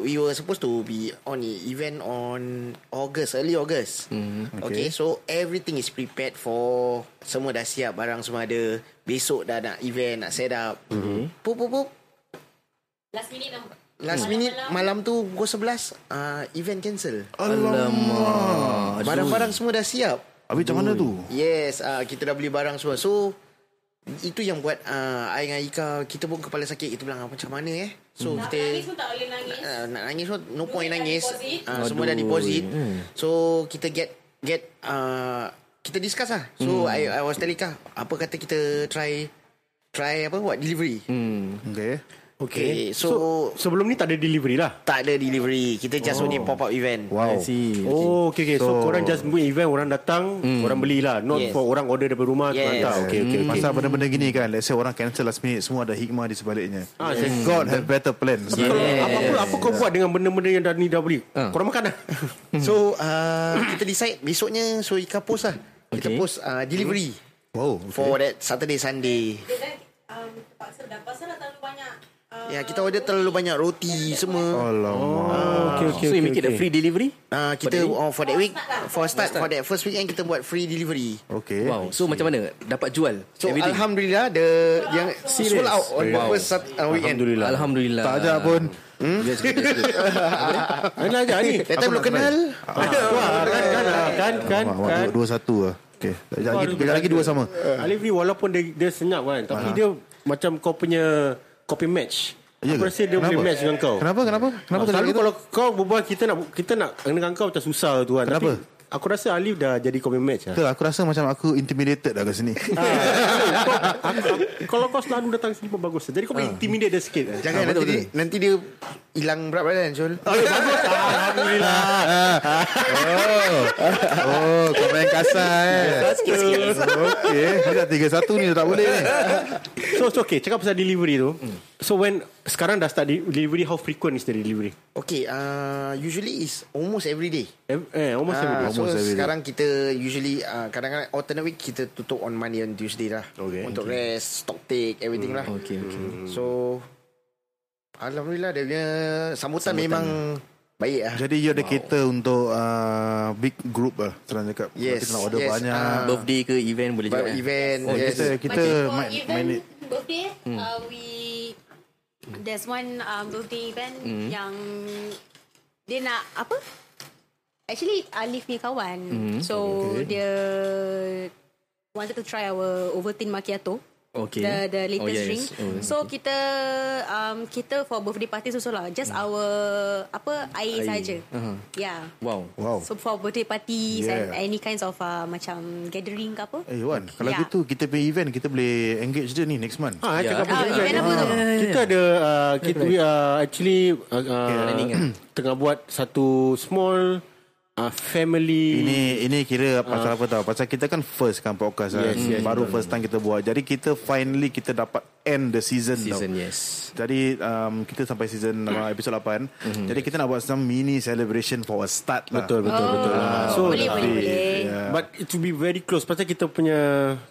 [SPEAKER 8] we were supposed to be on the event on August, early August.
[SPEAKER 7] Mm-hmm.
[SPEAKER 8] Mm, okay. okay, so everything is prepared for semua dah siap, barang semua ada. Besok dah nak event, nak set up. Mm-hmm. Pup pup pup.
[SPEAKER 9] Last minute nampak.
[SPEAKER 6] Mm.
[SPEAKER 8] Last minute malam tu pukul 11 uh, event cancel.
[SPEAKER 5] Alamak.
[SPEAKER 8] Barang-barang semua dah siap.
[SPEAKER 1] Habis macam mana tu?
[SPEAKER 8] Yes, uh, kita dah beli barang semua. So itu yang buat uh, I dengan Ika kita pun kepala sakit. Kita bilang "Ah, macam mana eh. So
[SPEAKER 9] Nak
[SPEAKER 8] kita
[SPEAKER 9] nangis pun tak boleh nangis.
[SPEAKER 8] uh, nak nangis pun no point
[SPEAKER 9] dah
[SPEAKER 8] nangis.
[SPEAKER 9] deposit.
[SPEAKER 8] Uh, semua dah
[SPEAKER 5] Aduh.
[SPEAKER 8] deposit. So kita get get uh, kita discuss lah. So I, I was telling Ika apa kata kita try try apa buat delivery.
[SPEAKER 1] Okay
[SPEAKER 7] Eh,
[SPEAKER 8] Okay.
[SPEAKER 7] So, so sebelum ni tak ada delivery lah.
[SPEAKER 8] Tak ada delivery. Kita just
[SPEAKER 7] Oh.
[SPEAKER 8] only pop up event.
[SPEAKER 7] I see. Oh, okay, okay. So,
[SPEAKER 8] So-
[SPEAKER 7] korang just buat event, orang datang, orang belilah. Not
[SPEAKER 8] Yes.
[SPEAKER 7] for orang order daripada rumah, yes. hantar. Okay, okay, okay.
[SPEAKER 1] Pasal benda-benda gini kan Let's say orang cancel last minute Semua ada hikmah di sebaliknya
[SPEAKER 7] Ah,
[SPEAKER 1] yes.
[SPEAKER 7] yes.
[SPEAKER 1] God have better plans
[SPEAKER 7] Tapi kalau apa-apa, apa kau buat dengan benda-benda yang dah ni dah beli? Korang makan lah.
[SPEAKER 8] So uh, kita decide besoknya so Ika post lah. Kita post uh, delivery.
[SPEAKER 1] Wow.
[SPEAKER 8] For that Saturday Sunday.
[SPEAKER 6] Um,
[SPEAKER 8] Ya yeah, kita order terlalu banyak roti semua.
[SPEAKER 1] Alamak.
[SPEAKER 8] Oh,
[SPEAKER 7] okay, okay,
[SPEAKER 8] so
[SPEAKER 7] okay,
[SPEAKER 8] you make it a
[SPEAKER 7] okay.
[SPEAKER 8] free
[SPEAKER 5] delivery?
[SPEAKER 8] Uh, kita
[SPEAKER 5] For that
[SPEAKER 8] oh, for that week for start lah. for that first weekend kita buat free delivery.
[SPEAKER 1] Okay.
[SPEAKER 5] Wow. So macam mana? Dapat jual?
[SPEAKER 8] So
[SPEAKER 5] everything?
[SPEAKER 8] alhamdulillah the yang
[SPEAKER 5] Serious?
[SPEAKER 8] sold out on the
[SPEAKER 5] Wow.
[SPEAKER 8] first Sat- uh, weekend.
[SPEAKER 5] Alhamdulillah. Alhamdulillah. Tak ajak
[SPEAKER 1] pun.
[SPEAKER 8] Hmm?
[SPEAKER 5] That's good, that's good.
[SPEAKER 7] Mana ajak ni?
[SPEAKER 8] That time belum kenal.
[SPEAKER 7] Kan, kan, kan, kan,
[SPEAKER 1] Alamak,
[SPEAKER 7] kan.
[SPEAKER 1] Dua, dua satu lah Okay Kejap lagi,
[SPEAKER 7] Baru
[SPEAKER 1] kejap lagi dua sama
[SPEAKER 7] Alif ni walaupun dia, dia senyap kan Tapi
[SPEAKER 1] Aha.
[SPEAKER 7] dia macam kau punya Copy match
[SPEAKER 1] Ya
[SPEAKER 7] Aku
[SPEAKER 1] ke?
[SPEAKER 7] rasa dia
[SPEAKER 1] Kenapa?
[SPEAKER 7] boleh match dengan kau Ah,
[SPEAKER 1] Kenapa, kenapa? Kenapa
[SPEAKER 7] Selalu
[SPEAKER 1] kenapa?
[SPEAKER 7] kalau kau berbual Kita nak kita nak dengan kau macam susah tu kan
[SPEAKER 1] Kenapa?
[SPEAKER 7] Tapi, Aku rasa Alif dah jadi copy match lah.
[SPEAKER 1] Betul, aku rasa macam aku intimidated dah kat sini
[SPEAKER 7] Ah. Kalau kau selalu datang sini pun bagus Jadi kau boleh intimidate dia sikit
[SPEAKER 8] Jangan nanti dia, nanti dia hilang lah, berat badan Syul.
[SPEAKER 1] Oh Oh Kau main kasar eh
[SPEAKER 8] Sikit-sikit.
[SPEAKER 1] Okay Ni dah tiga satu ni Tak boleh eh? ni
[SPEAKER 7] So it's okay Cakap pasal delivery tu So when Sekarang dah start de- delivery How frequent is the delivery?
[SPEAKER 8] Okay, uh, usually is almost every day.
[SPEAKER 7] Eh, almost every day.
[SPEAKER 8] Ah, So
[SPEAKER 7] Almost every day.
[SPEAKER 8] sekarang kita usually uh, kadang-kadang alternate week kita tutup on Monday and Tuesday lah. Okay. Untuk okay. rest, stock take, everything lah.
[SPEAKER 5] Okay, okay.
[SPEAKER 8] So Alhamdulillah dia punya sambutan, memang baik lah.
[SPEAKER 1] Jadi you ada cater untuk uh, big group lah Senang cakap Kalau
[SPEAKER 8] Yes,
[SPEAKER 1] Kita nak order
[SPEAKER 8] yes,
[SPEAKER 1] banyak Oh,
[SPEAKER 8] ah.
[SPEAKER 5] Birthday ke event boleh
[SPEAKER 8] Buat
[SPEAKER 5] jual? eh?
[SPEAKER 8] event,
[SPEAKER 5] Oh,
[SPEAKER 8] yes.
[SPEAKER 1] Kita, kita
[SPEAKER 6] for
[SPEAKER 1] main, main
[SPEAKER 6] event
[SPEAKER 1] it
[SPEAKER 6] birthday,
[SPEAKER 1] Hmm.
[SPEAKER 6] uh, we there's one um, birthday event
[SPEAKER 1] Hmm.
[SPEAKER 6] yang dia nak apa? Actually Alif ni kawan.
[SPEAKER 5] Hmm.
[SPEAKER 6] So
[SPEAKER 5] Okay.
[SPEAKER 6] dia wanted to try our Ovaltine macchiato.
[SPEAKER 5] Okay.
[SPEAKER 6] The the latest
[SPEAKER 5] Oh, yes.
[SPEAKER 6] drink.
[SPEAKER 5] Oh,
[SPEAKER 6] so kita um, kita for birthday party susul lah. Just our apa air,
[SPEAKER 5] Hmm. Air. Uh-huh.
[SPEAKER 6] saja.
[SPEAKER 5] Aha.
[SPEAKER 6] Yeah.
[SPEAKER 5] Wow.
[SPEAKER 6] So for birthday parties
[SPEAKER 1] Oh. Yeah.
[SPEAKER 6] and any kinds of uh, macam gathering ke apa.
[SPEAKER 1] Eh Wan Kalau
[SPEAKER 6] Yeah.
[SPEAKER 1] gitu Kita punya event Kita boleh engage dia ni Next month
[SPEAKER 7] Ah, cakap pasal
[SPEAKER 6] Ah,
[SPEAKER 7] event.
[SPEAKER 6] event apa tu?
[SPEAKER 7] Kita ada uh, kita we are actually uh, uh, tengah buat satu small uh, family
[SPEAKER 1] Ini ini kira pasal apa tau Pasal kita kan first kan podcast
[SPEAKER 7] Yes,
[SPEAKER 1] kan?
[SPEAKER 7] Ah. yes,
[SPEAKER 1] Baru
[SPEAKER 7] betul.
[SPEAKER 1] first time kita buat Jadi kita finally Kita dapat end the season, tau
[SPEAKER 5] Season, yes
[SPEAKER 1] Jadi um, kita sampai season uh, episode 8 Jadi kita nak buat some mini celebration For a start lah Ya.
[SPEAKER 7] Betul betul betul.
[SPEAKER 1] Ah,
[SPEAKER 7] so
[SPEAKER 1] boleh, boleh, boleh.
[SPEAKER 7] Yeah. But it will be very close pasal kita punya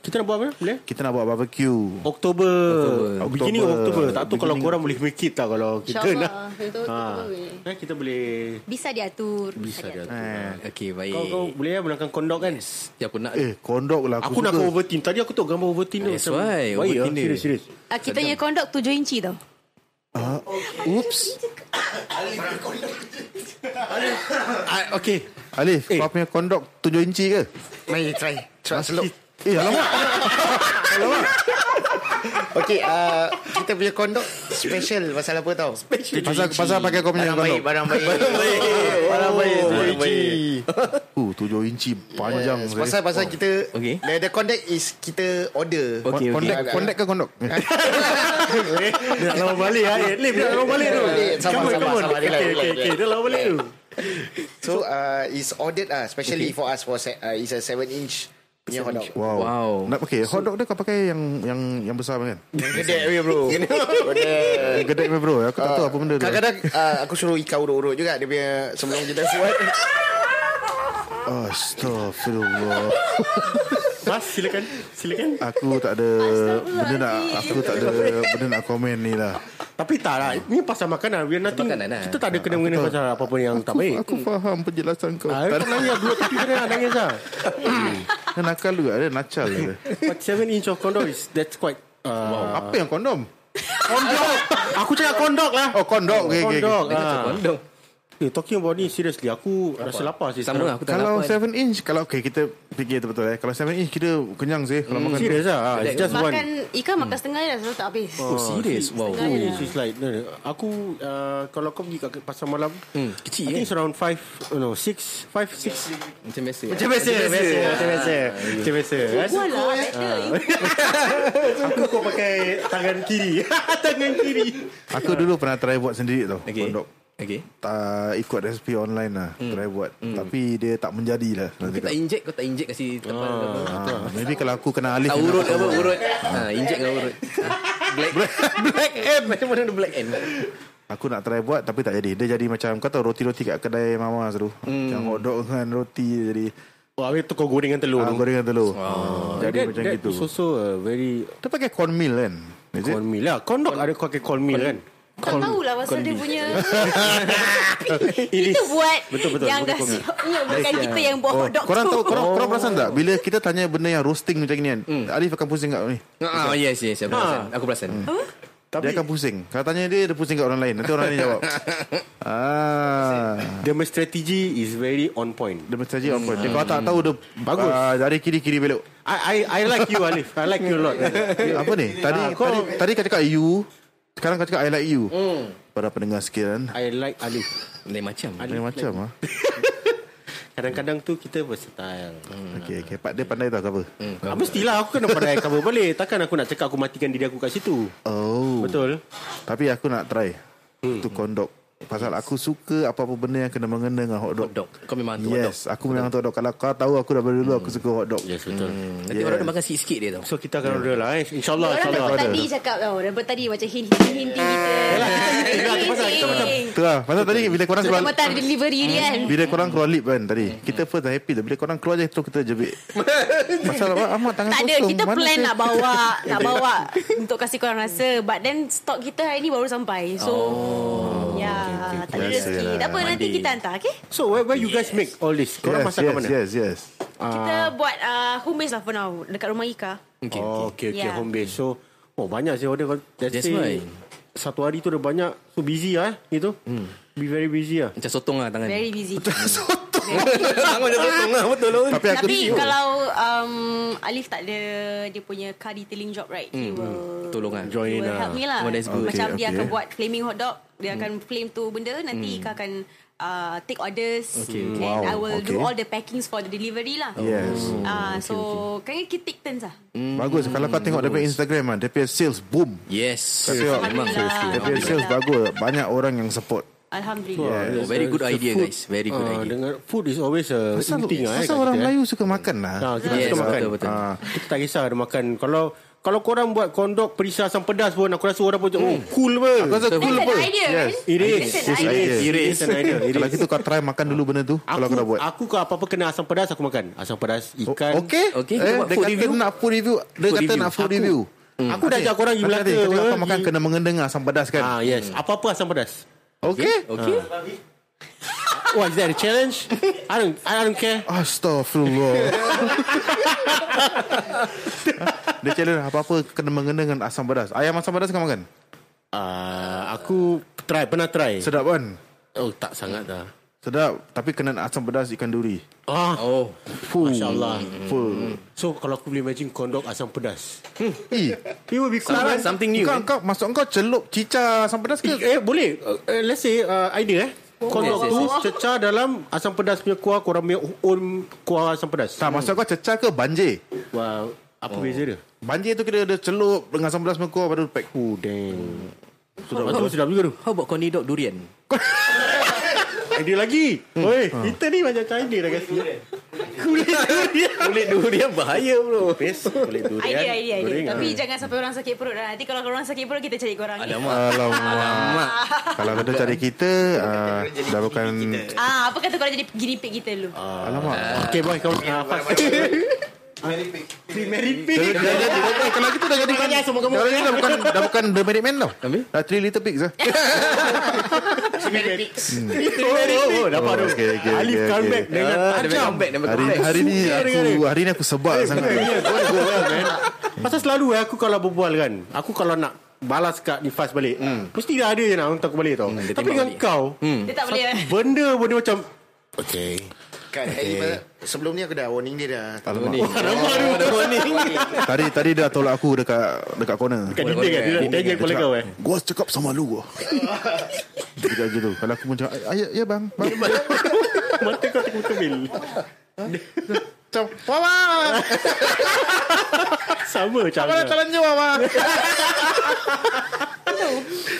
[SPEAKER 7] kita nak buat apa? Boleh?
[SPEAKER 1] Kita nak buat barbecue
[SPEAKER 7] Oktober.
[SPEAKER 1] Oktober.
[SPEAKER 7] Beginning of Oktober. Tak tahu kalau
[SPEAKER 1] Beginning
[SPEAKER 7] korang boleh make it tak kalau kita
[SPEAKER 6] InsyaAllah,
[SPEAKER 1] lah.
[SPEAKER 7] nak.
[SPEAKER 6] kita
[SPEAKER 7] Ah.
[SPEAKER 6] boleh.
[SPEAKER 7] Eh, kita boleh
[SPEAKER 6] Bisa diatur.
[SPEAKER 7] Bisa dia tu.
[SPEAKER 5] Okey, baik.
[SPEAKER 7] Kau, kau boleh ya gunakan kondok kan?
[SPEAKER 5] Ya, aku nak.
[SPEAKER 1] Eh, kondok lah.
[SPEAKER 7] Aku, aku nak overtin. Tadi aku tengok gambar overtin tu.
[SPEAKER 5] That's
[SPEAKER 7] macam
[SPEAKER 5] why,
[SPEAKER 7] Baik
[SPEAKER 5] overtin
[SPEAKER 7] ah,
[SPEAKER 5] dia.
[SPEAKER 7] serius, serius.
[SPEAKER 6] Ah, kita punya kondok 7 inci tau.
[SPEAKER 1] Oops.
[SPEAKER 7] Ah, okay.
[SPEAKER 1] Alif, eh. kau punya kondok 7 inci ke?
[SPEAKER 8] Mari try. Try selop.
[SPEAKER 1] Eh, alamak.
[SPEAKER 8] Okay, uh, kita punya kondok special pasal apa tau? Special.
[SPEAKER 1] Pasal- pasal pakai kau punya
[SPEAKER 8] barang baik,
[SPEAKER 1] kondok.
[SPEAKER 8] barang baik. Barang baik.
[SPEAKER 1] Barang baik.
[SPEAKER 8] Barang baik.
[SPEAKER 1] Uh, 7 inci panjang. Oh.
[SPEAKER 8] Yes, Eh, pasal pasal kita
[SPEAKER 5] okay.
[SPEAKER 8] the, the contact is kita order.
[SPEAKER 1] Okay, Kondek, kondek ke kondok? Eh.
[SPEAKER 7] Dia nak lawan balik ah. Eh, Lim, dia nak lawan balik tu. Come
[SPEAKER 8] Sabar,
[SPEAKER 7] on,
[SPEAKER 8] sabar,
[SPEAKER 7] come on.
[SPEAKER 8] sabar. Relax,
[SPEAKER 7] Okay, okay,
[SPEAKER 8] relax,
[SPEAKER 7] okay. Dia lawan balik tu.
[SPEAKER 8] So uh, is ordered ah uh, specially okay. for us for se- uh, is a 7 inch punya hot dog.
[SPEAKER 1] Wow. wow. Nak pakai hot dog dia kau pakai yang yang yang besar kan?
[SPEAKER 8] Gedek we bro. Gedek.
[SPEAKER 1] Gedek me bro. eh. Aku tak tahu apa benda tu.
[SPEAKER 8] Kadang-kadang uh, aku suruh Ika urut-urut juga dia punya sebelum kita buat.
[SPEAKER 1] Astaghfirullah.
[SPEAKER 7] Mas, silakan. Silakan.
[SPEAKER 1] Aku tak ada benda nak aku tak ada benda nak komen ni lah.
[SPEAKER 7] Tapi tak lah. Ni pasal makanan. We are nothing. Kita tak ada kena-mengena pasal apa-apa yang tak baik.
[SPEAKER 1] Aku faham penjelasan kau.
[SPEAKER 7] Ah, kau nangis dua tapi kena nak nangis lah.
[SPEAKER 1] Dia nakal juga Dia nacal dia
[SPEAKER 7] But 7 inch of condom is that's quite
[SPEAKER 5] Oh.
[SPEAKER 7] uh,
[SPEAKER 1] Apa yang kondom?
[SPEAKER 7] Kondok Aku cakap kondok lah
[SPEAKER 1] Oh kondok okay, okay,
[SPEAKER 7] Kondok
[SPEAKER 1] okay.
[SPEAKER 7] ah.
[SPEAKER 5] Kondok.
[SPEAKER 7] Eh, talking about ni seriously aku
[SPEAKER 5] Lapar.
[SPEAKER 7] rasa lapar sih.
[SPEAKER 5] Sama lah, aku tak
[SPEAKER 1] kalau
[SPEAKER 5] lapar.
[SPEAKER 1] 7 inch Kalau okay, kita fikir betul-betul eh. Kalau 7 inch kita kenyang sih Kalau
[SPEAKER 7] Hmm.
[SPEAKER 1] makan
[SPEAKER 7] Serious lah, it's just
[SPEAKER 12] Makan ikan makan setengah je dah selalu tak habis.
[SPEAKER 7] Oh, serious Wow
[SPEAKER 12] Setengah je
[SPEAKER 7] oh,
[SPEAKER 12] dah.
[SPEAKER 7] It's like no, no. Aku uh, Kalau kau pergi kat pasar malam hmm, Kecil I think it's around 5 no, 6 5, 6
[SPEAKER 5] Macam biasa
[SPEAKER 7] Macam biasa Macam biasa Macam biasa Macam biasa Rasa
[SPEAKER 12] Buat lah
[SPEAKER 7] kau, eh.
[SPEAKER 12] better.
[SPEAKER 7] Ah. Aku kau pakai Tangan kiri Tangan kiri
[SPEAKER 1] Aku dulu pernah try buat sendiri tau okay. Pondok
[SPEAKER 5] eh? Okay
[SPEAKER 1] tak ikut resipi online lah mm. Try buat mm. Tapi dia tak menjadi lah
[SPEAKER 5] Kau Hmm. tak inject Kau tak inject kasi tempal
[SPEAKER 1] ah, Maybe kalau aku kena alih
[SPEAKER 5] Tak
[SPEAKER 1] kena
[SPEAKER 5] urut
[SPEAKER 1] pakai.
[SPEAKER 5] apa urut ha, Inject dengan urut Ah, Black Black M Macam mana ada black M
[SPEAKER 1] Aku nak try buat Tapi tak jadi Dia jadi macam Kau tahu roti-roti kat kedai mama tu
[SPEAKER 5] Hmm.
[SPEAKER 1] Macam hot dog dengan roti dia Jadi
[SPEAKER 7] Wah, habis tu kau goreng dengan telur
[SPEAKER 1] ah,
[SPEAKER 7] tu.
[SPEAKER 1] Goreng dengan telur Ah, Jadi
[SPEAKER 7] that,
[SPEAKER 1] macam
[SPEAKER 7] that
[SPEAKER 1] gitu
[SPEAKER 7] is also a very
[SPEAKER 1] Dia pakai cornmeal kan Is it?
[SPEAKER 7] Cornmeal lah Kondok ada kau pakai cornmeal kan
[SPEAKER 12] Tak tahulah pasal dia punya
[SPEAKER 7] It
[SPEAKER 12] Kita
[SPEAKER 7] Eh, is
[SPEAKER 12] buat
[SPEAKER 1] Betul-betul,
[SPEAKER 12] Yang
[SPEAKER 1] bukan
[SPEAKER 12] gasnya Bukan
[SPEAKER 1] Nice,
[SPEAKER 12] kita
[SPEAKER 1] yeah. Oh,
[SPEAKER 12] yang buat hot dog
[SPEAKER 1] Korang
[SPEAKER 12] tu
[SPEAKER 1] tahu korang, korang perasan tak Bila kita tanya benda yang roasting macam ni kan
[SPEAKER 7] Hmm.
[SPEAKER 1] Alif akan pusing kat ni
[SPEAKER 5] Ah, Hmm. yes yes Aku perasan Aku perasan
[SPEAKER 1] Tapi, Dia akan pusing Kalau tanya dia Dia pusing kat orang lain Nanti orang lain jawab ah.
[SPEAKER 7] Dia punya strategi is very on point
[SPEAKER 1] Dia mesti on point Dia kalau tak tahu Dia bagus uh, Dari kiri-kiri belok
[SPEAKER 7] I I I like you Alif I like you a lot
[SPEAKER 1] Apa ni Tadi
[SPEAKER 7] Ah, kau-
[SPEAKER 1] tadi, tadi kau cakap you Sekarang kau cakap I like you Para pendengar sekalian
[SPEAKER 7] Hmm. I like Alif
[SPEAKER 5] Lain macam
[SPEAKER 1] Lain macam ah.
[SPEAKER 7] Kadang-kadang tu kita versatile hmm.
[SPEAKER 1] Okay, okay. Pak dia pandai tau cover
[SPEAKER 7] Ah, mestilah aku kena pandai cover balik Takkan aku nak cakap aku matikan diri aku kat situ
[SPEAKER 1] Oh
[SPEAKER 7] Betul
[SPEAKER 1] Tapi aku nak try
[SPEAKER 7] Hmm.
[SPEAKER 1] Itu kondok Pasal aku suka Apa-apa benda yang kena mengena Dengan hotdog
[SPEAKER 5] Hot dog Kau memang hantu hot dog
[SPEAKER 1] Yes Aku memang hotdog Kalau kau tahu Aku daripada dulu Aku suka hotdog
[SPEAKER 7] Hmm. Yes betul
[SPEAKER 5] Nanti orang ada makan sikit-sikit dia tau
[SPEAKER 7] So kita akan order lah eh InsyaAllah
[SPEAKER 12] Orang
[SPEAKER 7] insyaAllah
[SPEAKER 12] daripada tadi cakap
[SPEAKER 6] oh,
[SPEAKER 12] tau Daripada tadi macam hinting-hinting kita Hinting
[SPEAKER 1] Tu lah Pasal tadi Bila korang keluar
[SPEAKER 12] Mata ada delivery ni kan
[SPEAKER 1] Bila korang keluar lip kan tadi
[SPEAKER 7] Hmm.
[SPEAKER 1] Kita first dah happy tu Bila korang keluar je Terus kita jebik Pasal apa Amat tangan
[SPEAKER 6] Tak ada
[SPEAKER 1] kosong
[SPEAKER 6] Kita
[SPEAKER 1] Mana
[SPEAKER 6] plan
[SPEAKER 1] saya-
[SPEAKER 6] nak bawa Nak bawa Untuk kasih korang rasa But then Stok kita hari ni baru sampai So Ya Tak ada
[SPEAKER 1] Oh. okay. lah,
[SPEAKER 6] rezeki
[SPEAKER 1] Biasalah,
[SPEAKER 6] Tak apa nanti
[SPEAKER 5] mandi.
[SPEAKER 6] kita hantar Okay
[SPEAKER 7] So where, where you guys make all this Korang
[SPEAKER 1] Yes
[SPEAKER 7] masak kat
[SPEAKER 1] yes,
[SPEAKER 7] mana
[SPEAKER 1] yes yes
[SPEAKER 6] Kita
[SPEAKER 1] Ah.
[SPEAKER 6] buat uh, Home base lah for now Dekat rumah Ika
[SPEAKER 5] Okay
[SPEAKER 7] Oh okay okay
[SPEAKER 6] Yeah.
[SPEAKER 7] home base So Oh banyak sih order Let's
[SPEAKER 5] That's
[SPEAKER 7] say
[SPEAKER 5] why.
[SPEAKER 7] Satu hari tu ada banyak So busy lah eh Gitu
[SPEAKER 5] Hmm.
[SPEAKER 7] Be very busy lah
[SPEAKER 5] Macam sotong lah tangan
[SPEAKER 6] Very busy
[SPEAKER 5] Tangan macam sotong lah Betul lah
[SPEAKER 1] Tapi aku
[SPEAKER 6] Tapi kalau um, Alif tak ada Dia punya curry tilling job right He will
[SPEAKER 5] Hmm, Tolong lah
[SPEAKER 6] He
[SPEAKER 7] Join
[SPEAKER 6] will
[SPEAKER 7] lah.
[SPEAKER 6] help me lah
[SPEAKER 5] Oh, that's good.
[SPEAKER 6] Macam
[SPEAKER 1] Okay,
[SPEAKER 6] dia
[SPEAKER 1] okay. Hmm.
[SPEAKER 6] akan buat Flaming hot dog Dia akan flame tu benda Nanti Ika akan uh, Take orders
[SPEAKER 5] Hmm. Okay,
[SPEAKER 6] And
[SPEAKER 5] okay. Oh,
[SPEAKER 6] I
[SPEAKER 1] Wow,
[SPEAKER 6] will do
[SPEAKER 1] okay.
[SPEAKER 6] all the packings For the delivery lah
[SPEAKER 1] Yes
[SPEAKER 6] Ah, so Kan kita take turns lah
[SPEAKER 1] Bagus Kalau kau tengok
[SPEAKER 7] Hmm.
[SPEAKER 1] Dia punya Instagram kan Dia punya sales boom
[SPEAKER 5] Yes
[SPEAKER 1] Tapi awak-
[SPEAKER 5] Memang
[SPEAKER 1] Dia punya
[SPEAKER 6] Alhamdulillah.
[SPEAKER 1] sales bagus Banyak orang yang support
[SPEAKER 5] Oh,
[SPEAKER 6] Alhamdulillah
[SPEAKER 5] very good idea guys Very good
[SPEAKER 7] Ah,
[SPEAKER 5] idea
[SPEAKER 7] dengan Food is always a
[SPEAKER 1] Pasal,
[SPEAKER 7] Penting lah eh
[SPEAKER 1] pasal
[SPEAKER 7] kat
[SPEAKER 1] orang
[SPEAKER 7] kita, eh.
[SPEAKER 1] Melayu suka makan lah
[SPEAKER 7] Ha, kita
[SPEAKER 5] Yes,
[SPEAKER 7] yes, suka makan.
[SPEAKER 5] betul, betul.
[SPEAKER 7] Ha, kita tak kisah ada makan. Kalau kalau korang buat kondok perisa asam pedas pun aku rasa orang pun cakap, oh
[SPEAKER 5] Hmm.
[SPEAKER 7] cool apa.
[SPEAKER 1] Aku rasa
[SPEAKER 6] That's
[SPEAKER 1] cool
[SPEAKER 6] an
[SPEAKER 1] apa
[SPEAKER 6] idea
[SPEAKER 1] Yes
[SPEAKER 6] kan
[SPEAKER 7] It is.
[SPEAKER 6] That's an
[SPEAKER 7] It
[SPEAKER 6] idea.
[SPEAKER 7] is. It is. an idea. It
[SPEAKER 1] Kalau
[SPEAKER 7] is.
[SPEAKER 1] gitu kau try makan dulu benda tu Kalau
[SPEAKER 7] Aku,
[SPEAKER 1] kau dah buat
[SPEAKER 7] aku ke apa-apa kena asam pedas aku makan. Asam pedas, ikan.
[SPEAKER 1] Okay,
[SPEAKER 5] Okay,
[SPEAKER 1] eh,
[SPEAKER 5] buat
[SPEAKER 1] Dia
[SPEAKER 5] food
[SPEAKER 1] kata
[SPEAKER 5] review.
[SPEAKER 1] nak food review Dia
[SPEAKER 5] Food
[SPEAKER 1] kata
[SPEAKER 5] review.
[SPEAKER 1] nak food
[SPEAKER 5] Aku-
[SPEAKER 1] review
[SPEAKER 7] Aku dah ajak korang pergi
[SPEAKER 1] Nanti-
[SPEAKER 7] Melaka.
[SPEAKER 1] nanti Kau cakap
[SPEAKER 7] apa,
[SPEAKER 1] kau makan
[SPEAKER 7] pergi-
[SPEAKER 1] kena mengendengar asam pedas kan
[SPEAKER 7] Ah yes, apa-apa asam pedas.
[SPEAKER 1] Okay
[SPEAKER 5] Okay
[SPEAKER 7] Wah, is that a challenge? I don't, I don't care.
[SPEAKER 1] Astaghfirullah Dia challenge apa-apa Kena mengena dengan asam pedas Ayam asam pedas kau makan
[SPEAKER 7] Ah, aku try, pernah try.
[SPEAKER 1] Sedap kan
[SPEAKER 7] Oh, tak sangat dah.
[SPEAKER 1] Sedap Tapi kena asam pedas ikan duri
[SPEAKER 7] Ah,
[SPEAKER 5] Oh
[SPEAKER 7] Fuh. Masya Allah So kalau aku boleh imagine Kondok asam pedas
[SPEAKER 1] Eh
[SPEAKER 7] It would be cool
[SPEAKER 5] Something-
[SPEAKER 7] kan?
[SPEAKER 5] something new,
[SPEAKER 1] kau,
[SPEAKER 5] eh?
[SPEAKER 1] kau, Maksud kau celup cica asam pedas ke
[SPEAKER 7] Eh boleh uh, uh, Let's say uh, Idea eh Kondok
[SPEAKER 5] Yes,
[SPEAKER 7] tu
[SPEAKER 5] yes,
[SPEAKER 7] Cecah dalam Asam pedas punya kuah Korang punya own Kuah asam pedas
[SPEAKER 1] Tak maksud kau ceca ke banjir
[SPEAKER 7] Wah Apa oh. beza dia
[SPEAKER 1] Banjir tu kira dia celup Dengan asam pedas mengkuah Baru pack
[SPEAKER 7] Oh dang Sedap betul Sedap juga tu
[SPEAKER 5] How about corny dog durian
[SPEAKER 7] Idea lagi hmm. Oi Kita ni macam macam idea dah kasi Kulit durian Kulit durian bahaya bro Best Kulit durian
[SPEAKER 6] Idea, idea, idea.
[SPEAKER 7] Goreng,
[SPEAKER 6] Tapi
[SPEAKER 7] ah.
[SPEAKER 6] jangan sampai orang sakit perut lah. Nanti kalau orang sakit perut, kita cari korang.
[SPEAKER 5] Alamak
[SPEAKER 1] Alamak
[SPEAKER 5] Alamak
[SPEAKER 1] Kalau kata cari kita ah, Dah bukan
[SPEAKER 6] Ah, apa kata korang jadi guinea pig kita dulu?
[SPEAKER 5] Ah.
[SPEAKER 1] Alamak
[SPEAKER 7] Okay boy kau ah, fast. Mary Pig
[SPEAKER 1] Dah- dah jadi- dah- dah- Kalau kita dah jadi
[SPEAKER 7] Makanya semua kamu-
[SPEAKER 1] Dah jadi dah bukan Dah bukan The Married Man tau
[SPEAKER 5] Habis?
[SPEAKER 1] Dah Three Little Pigs lah
[SPEAKER 7] Oh, oh, dapat tu.
[SPEAKER 1] okay, okay,
[SPEAKER 7] Alif
[SPEAKER 1] okay,
[SPEAKER 7] come
[SPEAKER 1] okay.
[SPEAKER 7] back dengan
[SPEAKER 5] Ah, Dia
[SPEAKER 7] tajam.
[SPEAKER 5] comeback Dia
[SPEAKER 1] Hari
[SPEAKER 5] comeback
[SPEAKER 1] hari ni
[SPEAKER 7] Suka dengan
[SPEAKER 1] aku
[SPEAKER 7] dia.
[SPEAKER 1] Hari ni aku sebab sangat
[SPEAKER 7] lah, Pasal selalu eh, aku kalau berbual kan Aku kalau nak balas kat Nifas balik mm. Mesti dah ada je nak hantar aku balik tau mm, Tapi dengan balik. kau mm.
[SPEAKER 9] Dia tak boleh, eh?
[SPEAKER 7] Benda pun dia macam
[SPEAKER 8] Okay Kan okay. Sebelum ni aku dah warning dia dah
[SPEAKER 7] Alamak.
[SPEAKER 8] Warning.
[SPEAKER 7] Wah, Alamak dia dah warning.
[SPEAKER 1] Tadi tadi dia tolak aku dekat dekat corner.
[SPEAKER 7] Dekat dinding kan? Dia tanya kepala kau, eh?
[SPEAKER 1] Gua cakap sama lu gua. Dia cakap gitu. Kalau aku pun cakap, "Ay- "Ya ya bang." bang.
[SPEAKER 7] Mata kau terkutumil
[SPEAKER 8] Macam Mama
[SPEAKER 7] Sama macam
[SPEAKER 8] Mana ah?
[SPEAKER 7] dia.
[SPEAKER 8] telanjang Mama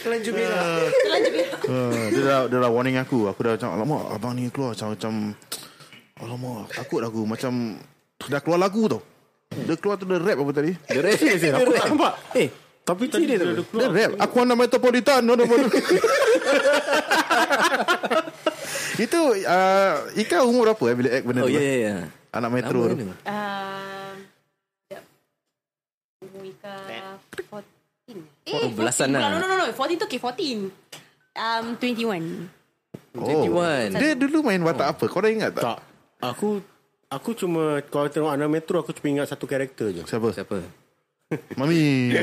[SPEAKER 9] Telanjang merah Telanjang merah
[SPEAKER 1] Ah, dia dah dia dah warning aku. Aku dah macam, "Alamak, abang ni keluar macam macam Alamak, takut lah aku macam dah keluar lagu tau. Dia keluar tu dia rap apa tadi?
[SPEAKER 13] Dia rap, dia rap.
[SPEAKER 1] Aku tak nampak.
[SPEAKER 13] Eh, tapi
[SPEAKER 1] tadi dia, dia, dia rap. Aku anak metropolitan. No, no, no. Itu uh, Ika umur berapa eh bila act benda
[SPEAKER 5] Oh,
[SPEAKER 1] tu?
[SPEAKER 5] ya,
[SPEAKER 1] eh?
[SPEAKER 5] ya, ya.
[SPEAKER 1] Anak metro
[SPEAKER 5] Lama
[SPEAKER 1] tu.
[SPEAKER 5] ni.
[SPEAKER 6] Um, sekejap. Umur Ika 14 Eh,
[SPEAKER 5] Oh, belasan
[SPEAKER 6] 14
[SPEAKER 5] lah.
[SPEAKER 6] No, no, no, no 14 tu okay 14 Um, 21
[SPEAKER 7] Oh.
[SPEAKER 5] 21.
[SPEAKER 1] Dia dulu main watak apa? Kau dah ingat tak?
[SPEAKER 7] Tak. Aku aku cuma kalau tengok anak metro aku cuma ingat satu karakter je.
[SPEAKER 1] Siapa?
[SPEAKER 5] Siapa?
[SPEAKER 1] Mami.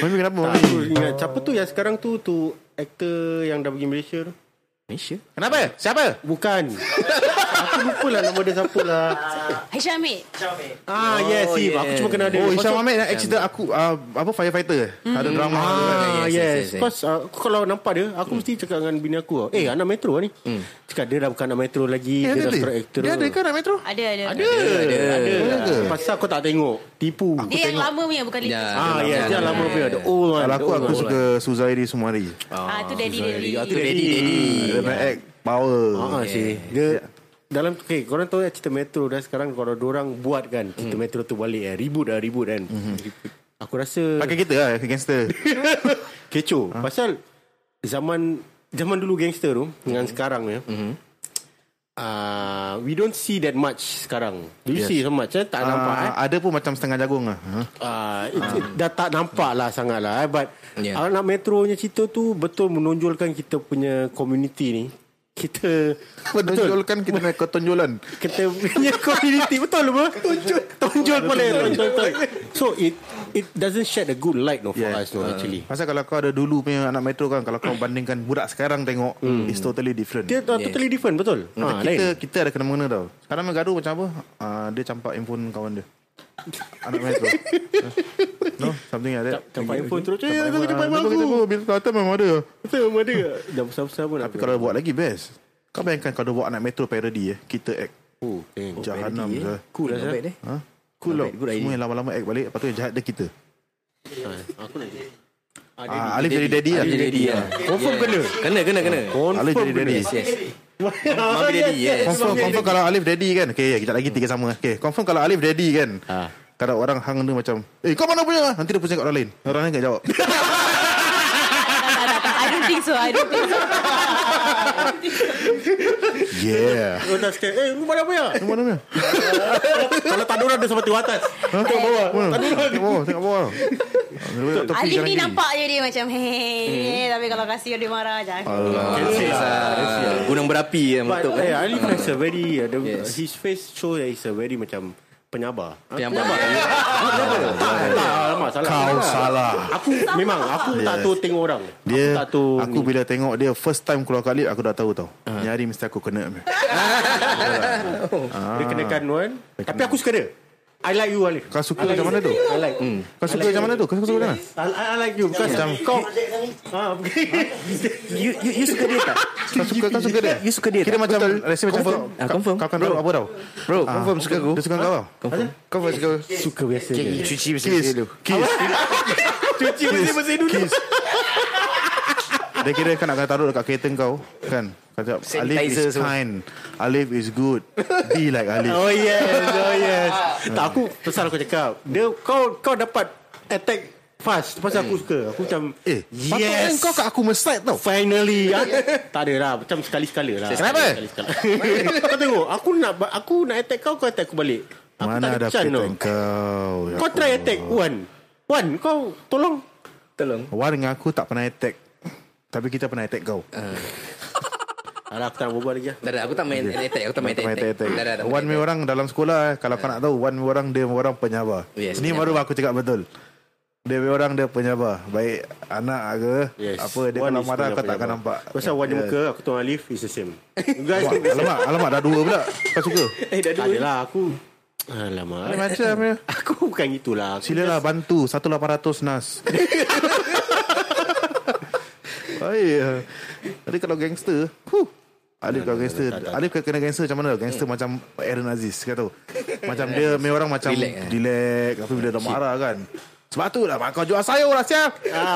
[SPEAKER 1] Mami kenapa
[SPEAKER 7] Tak,
[SPEAKER 1] Mami?
[SPEAKER 7] aku ingat siapa tu yang sekarang tu tu aktor yang dah pergi Malaysia tu.
[SPEAKER 5] Malaysia?
[SPEAKER 7] Kenapa? Siapa? Bukan. aku lupa lah nama dia siapa lah.
[SPEAKER 6] Aisyah Amir
[SPEAKER 7] Ah, yes,
[SPEAKER 1] Oh,
[SPEAKER 7] Steve.
[SPEAKER 1] yeah.
[SPEAKER 7] Aku cuma kenal dia.
[SPEAKER 1] Oh,
[SPEAKER 7] Lepas
[SPEAKER 1] Isyam
[SPEAKER 7] tu-
[SPEAKER 1] Ahmed accident aku uh, apa firefighter. Mm. Ada drama.
[SPEAKER 7] Ah,
[SPEAKER 1] tu kan?
[SPEAKER 7] yes. Because uh, aku kalau nampak dia, aku mesti cakap dengan bini aku. tau, Eh, anak metro lah ni. Cakap dia dah bukan anak metro lagi.
[SPEAKER 1] Hmm. Eh,
[SPEAKER 7] Dia
[SPEAKER 1] ada
[SPEAKER 7] dah
[SPEAKER 1] dia?
[SPEAKER 7] straight actor.
[SPEAKER 1] Dia ada ke anak metro?
[SPEAKER 6] Ada, ada
[SPEAKER 7] Ada. Ada. ada. Pasal aku tak tengok. Tipu.
[SPEAKER 6] Dia yang lama punya
[SPEAKER 5] Ya.
[SPEAKER 6] Bukan latest
[SPEAKER 7] Ah, yes.
[SPEAKER 1] ya,
[SPEAKER 7] Dia yang lama punya. The
[SPEAKER 5] Oh,
[SPEAKER 7] old one.
[SPEAKER 1] Kalau aku
[SPEAKER 7] the old
[SPEAKER 1] aku
[SPEAKER 7] one.
[SPEAKER 1] suka Suzairi Sumari.
[SPEAKER 6] Ah, tu daddy
[SPEAKER 5] ya,
[SPEAKER 6] daddy
[SPEAKER 5] tu Daddy, Daddy.
[SPEAKER 1] Dia main act power.
[SPEAKER 7] Ah, sih.
[SPEAKER 1] Ya.
[SPEAKER 7] Dia dalam okay, korang tahu tak cerita Metro dah sekarang kalau orang buat kan
[SPEAKER 1] Hmm.
[SPEAKER 7] cerita Metro tu balik eh reboot dah reboot kan. Aku rasa
[SPEAKER 1] Pakai kita lah gangster.
[SPEAKER 7] kecoh pasal zaman zaman dulu gangster
[SPEAKER 1] Hmm.
[SPEAKER 7] tu dengan sekarang ya. Ah, we don't see that much sekarang. Do you
[SPEAKER 1] Yes.
[SPEAKER 7] see so much? Eh? Tak nampak eh.
[SPEAKER 1] Ah, ada pun macam setengah jagung lah. Ha?
[SPEAKER 7] Ah, it, it, dah tak nampak lah sangat lah eh. But
[SPEAKER 1] Ya.
[SPEAKER 7] yeah. Anak Metro punya cerita tu Betul menonjolkan kita punya Community ni Kita
[SPEAKER 1] Menonjolkan kita punya ketonjolan.
[SPEAKER 7] kita punya community betul apa? Tonjol tonjol boleh tonjol. tonjol. So it it doesn't shed a good light no for
[SPEAKER 1] Yeah.
[SPEAKER 7] us no actually.
[SPEAKER 1] Pasal kalau kau ada dulu punya anak metro kan Kalau kau bandingkan budak sekarang tengok It's totally different
[SPEAKER 7] Dia yeah. totally different betul. Ha
[SPEAKER 1] Kita
[SPEAKER 7] lain.
[SPEAKER 1] kita ada kena-mengena tau Sekarang main gaduh macam apa uh, Dia campak handphone kawan dia Anak metro No something like that
[SPEAKER 7] Campak handphone terus.
[SPEAKER 1] Campak
[SPEAKER 7] Eh, aku
[SPEAKER 1] handphone,
[SPEAKER 7] kena
[SPEAKER 1] ah, dia
[SPEAKER 7] aku.
[SPEAKER 1] pakai Bila kau datang memang ada
[SPEAKER 7] Kita ada. Dah besar-besar pun.
[SPEAKER 1] Tapi kalau buat lagi best Kau bayangkan kalau buat anak metro parody eh Kita act
[SPEAKER 7] oh, eh,
[SPEAKER 1] Jahanam
[SPEAKER 5] Daddy, eh.
[SPEAKER 1] je
[SPEAKER 5] Cool lah. Not bad, eh.
[SPEAKER 1] Ha? Cool tau
[SPEAKER 5] Alright, good idea.
[SPEAKER 1] Semua yang lama-lama act balik Lepas tu yang jahat dia kita
[SPEAKER 7] aku nak.
[SPEAKER 1] Ah, Alif jadi daddy lah Oh,
[SPEAKER 5] Alif jadi daddy lah.
[SPEAKER 7] Confirm kena.
[SPEAKER 5] Kena, kena, kena.
[SPEAKER 1] Alif jadi daddy
[SPEAKER 5] Yes, yes. Mami Daddy, yes.
[SPEAKER 1] Confirm, confirm kalau Alif daddy kan Okay kita lagi tiga sama Okay confirm kalau Alif daddy kan
[SPEAKER 7] Ha.
[SPEAKER 1] Kadang orang hang tu macam Eh kau mana punya Nanti dia pusing kat orang lain Orang lain tak jawab
[SPEAKER 6] Tak, tak, tak. I don't think so I don't think so
[SPEAKER 1] Yeah
[SPEAKER 7] Kau dah sikit Eh lu mana punya
[SPEAKER 1] Yang mana punya
[SPEAKER 7] Kalau tanduran dia sampai tiwa atas Tengok bawah
[SPEAKER 1] Mana? Tengok bawah Tengok bawah Tengok tepi
[SPEAKER 6] Alif
[SPEAKER 1] kanan
[SPEAKER 6] ni
[SPEAKER 1] kiri.
[SPEAKER 6] nampak je dia macam Hei
[SPEAKER 5] Hmm.
[SPEAKER 6] Tapi kalau kasih dia marah je
[SPEAKER 5] Yes, ah. Gunung berapi yang
[SPEAKER 7] But
[SPEAKER 5] betul.
[SPEAKER 7] eh, Alif is a very uh, the,
[SPEAKER 5] Yes.
[SPEAKER 7] His face show that he's a very macam Penyabar
[SPEAKER 5] Yang apa?
[SPEAKER 7] Tak, alamak, salah.
[SPEAKER 1] Kau
[SPEAKER 7] Salah.
[SPEAKER 1] salah
[SPEAKER 7] Aku memang Aku tak tahu tengok orang
[SPEAKER 1] Dia
[SPEAKER 7] Aku tak tahu
[SPEAKER 1] Aku bila tengok dia First time keluar kali Aku dah tahu tau Ni hari mesti aku kena punya.
[SPEAKER 7] Dia kenakan one Tapi aku suka dia I like you Alif
[SPEAKER 1] Ah. Kau suka macam mana tu Hmm.
[SPEAKER 7] I like
[SPEAKER 1] Kau suka macam mana tu Kau suka macam mana
[SPEAKER 7] I, I I like you Bukan macam Kau Ah, okay.
[SPEAKER 5] You, you, you suka dia tak?
[SPEAKER 1] Kau suka Kau suka dia
[SPEAKER 5] You suka dia
[SPEAKER 1] Kira
[SPEAKER 5] tak?
[SPEAKER 1] macam Rasa macam
[SPEAKER 5] Confirm.
[SPEAKER 1] kau-
[SPEAKER 5] Ah, confirm.
[SPEAKER 1] Kau akan taruh apa tau Ah.
[SPEAKER 13] Bro, confirm suka aku.
[SPEAKER 1] Dia suka kau tau
[SPEAKER 5] Confirm.
[SPEAKER 13] Confirm suka aku.
[SPEAKER 7] Suka biasa
[SPEAKER 13] Cik,
[SPEAKER 7] je
[SPEAKER 13] cuci bersih
[SPEAKER 1] Kiss
[SPEAKER 13] dulu.
[SPEAKER 1] Kiss
[SPEAKER 7] Cuci bersih-bersih dulu
[SPEAKER 1] Kiss Dia kira kan akan taruh dekat kereta kau Kan Kau cakap Alif
[SPEAKER 13] Sanitizer
[SPEAKER 1] is
[SPEAKER 13] semua.
[SPEAKER 1] kind Alif is good Be like Alif
[SPEAKER 7] Oh yes Oh yes
[SPEAKER 1] Hmm.
[SPEAKER 7] Tak aku Pesan aku cakap Dia kau Kau dapat Attack Fast Pasal aku suka Aku macam
[SPEAKER 1] Hmm. Eh patut kan kau kat aku mesat tau
[SPEAKER 7] Finally Ah, Tak ada lah Macam sekali-sekali lah
[SPEAKER 1] Kenapa?
[SPEAKER 7] Sekali-sekali. Kau tengok Aku nak ba- Aku nak attack kau Kau attack aku balik Aku
[SPEAKER 1] Mana
[SPEAKER 7] tak ada
[SPEAKER 1] ada
[SPEAKER 7] chance
[SPEAKER 1] kereta kau ya
[SPEAKER 7] tau. Kau try attack Wan Wan kau Tolong
[SPEAKER 5] Tolong.
[SPEAKER 1] Wan dengan aku tak pernah attack Tapi kita pernah attack kau
[SPEAKER 5] Ah,
[SPEAKER 7] Alah aku tak nak berbual lagi lah
[SPEAKER 5] Dah, dah. Aku tak main attack. Aku tak main
[SPEAKER 1] Tak pernah
[SPEAKER 5] attack.
[SPEAKER 1] attack
[SPEAKER 5] Dah, dah. tak
[SPEAKER 1] Wan
[SPEAKER 5] main
[SPEAKER 1] me orang dalam sekolah eh, Kalau kau nak tahu Wan me orang dia orang penyabar
[SPEAKER 5] Yes,
[SPEAKER 1] Ni baru aku cakap betul Dia orang dia penyabar Baik anak ke yes. Apa dia
[SPEAKER 7] One
[SPEAKER 1] kalau
[SPEAKER 7] is
[SPEAKER 1] marah kau
[SPEAKER 7] penyabar.
[SPEAKER 1] takkan nampak
[SPEAKER 7] Pasal wan
[SPEAKER 1] Yes.
[SPEAKER 7] muka Aku tengok Alif Is the same You guys
[SPEAKER 1] Alamak, alamak, alamak dah dua pula Kau suka
[SPEAKER 5] Eh dah
[SPEAKER 7] dua Adalah aku Alamak
[SPEAKER 1] Lain macam ya
[SPEAKER 7] Aku bukan itulah Aku
[SPEAKER 1] Silalah bantu 1800 Nas Ayah Tadi eh. kalau gangster huh. Alif kalau gangster Alif kalau kena gangster macam mana tau? Gangster macam Aaron Aziz Kau tahu Macam dia Memang orang macam
[SPEAKER 13] Hmm. Relax, eh?
[SPEAKER 1] Relax, Tapi bila dah marah kan Sebab tu lah Kau jual sayur lah siap
[SPEAKER 13] Ah,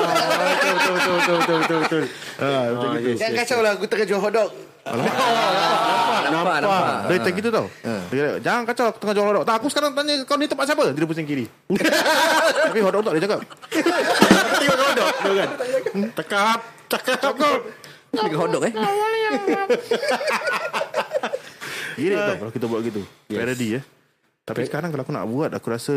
[SPEAKER 7] Betul betul betul betul betul betul, betul.
[SPEAKER 1] Ah, macam gitu.
[SPEAKER 8] Jangan kacau lah Aku tengah jual hotdog
[SPEAKER 1] Nampak, nampak. Dia macam gitu tau
[SPEAKER 7] Eh.
[SPEAKER 1] dia, kata, Jangan kacau aku tengah jual hotdog Tak aku sekarang tanya Kau ni tempat siapa Dia pusing kiri Tapi hotdog tak dia cakap Hmm,
[SPEAKER 7] Tengok kau dok Tengok kan Tekap Cakap Cakap
[SPEAKER 5] Dengan hotdog eh
[SPEAKER 1] Gila tau
[SPEAKER 7] Eh.
[SPEAKER 1] kalau kita buat gitu yes. Parody eh Tapi sekarang kalau aku nak buat Aku rasa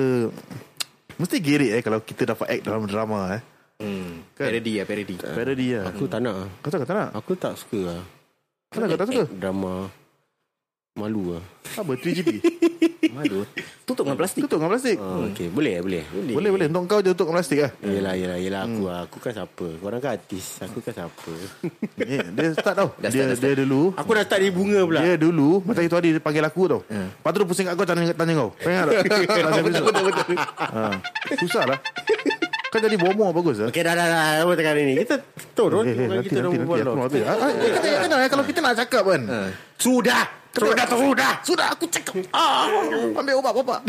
[SPEAKER 1] Mesti girik eh Kalau kita dapat act dalam drama eh
[SPEAKER 5] Hmm. Parody lah parody
[SPEAKER 1] Parody lah
[SPEAKER 7] Eh, Aku tak nak ah.
[SPEAKER 1] Kau tak tak nak
[SPEAKER 7] Aku tak suka lah
[SPEAKER 1] Kenapa kau tak suka?
[SPEAKER 7] Drama Malu lah
[SPEAKER 1] Apa 3GP
[SPEAKER 7] Malu
[SPEAKER 5] Tutup dengan plastik
[SPEAKER 1] Tutup dengan plastik
[SPEAKER 7] oh, Okay Eh. boleh boleh Boleh
[SPEAKER 1] Boleh boleh Untuk kau je tutup dengan plastik lah
[SPEAKER 7] Yelah yelah yelah aku
[SPEAKER 8] Hmm.
[SPEAKER 7] lah. Aku kan siapa Korang kan artis Aku kan siapa
[SPEAKER 1] Eh, Dia start tau
[SPEAKER 7] Dah start,
[SPEAKER 1] Dia
[SPEAKER 7] dah start.
[SPEAKER 1] dia dulu
[SPEAKER 7] Aku dah start dari bunga pula
[SPEAKER 1] Dia dulu Macam itu hari dia panggil aku tau Lepas tu dia pusing kat kau Tanya, tanya kau Kau ingat tak? Macam
[SPEAKER 7] Betul,
[SPEAKER 1] itu.
[SPEAKER 7] betul, betul.
[SPEAKER 1] Ha. Susah lah Kau jadi bomo bagus lah
[SPEAKER 7] Okay dah dah dah Apa tengah hari ni Kita turun
[SPEAKER 1] Eh, eh,
[SPEAKER 7] Bukan
[SPEAKER 1] nanti,
[SPEAKER 7] Kita dah
[SPEAKER 1] nanti,
[SPEAKER 7] berbual lah.
[SPEAKER 1] nanti, aku nak
[SPEAKER 7] tau.
[SPEAKER 1] habis. Ah, ah, eh, kita- kita nak, Kalau kita nak cakap kan
[SPEAKER 7] Sudah Sudah tu sudah
[SPEAKER 1] Sudah aku cakap ah, Ambil ubat bapak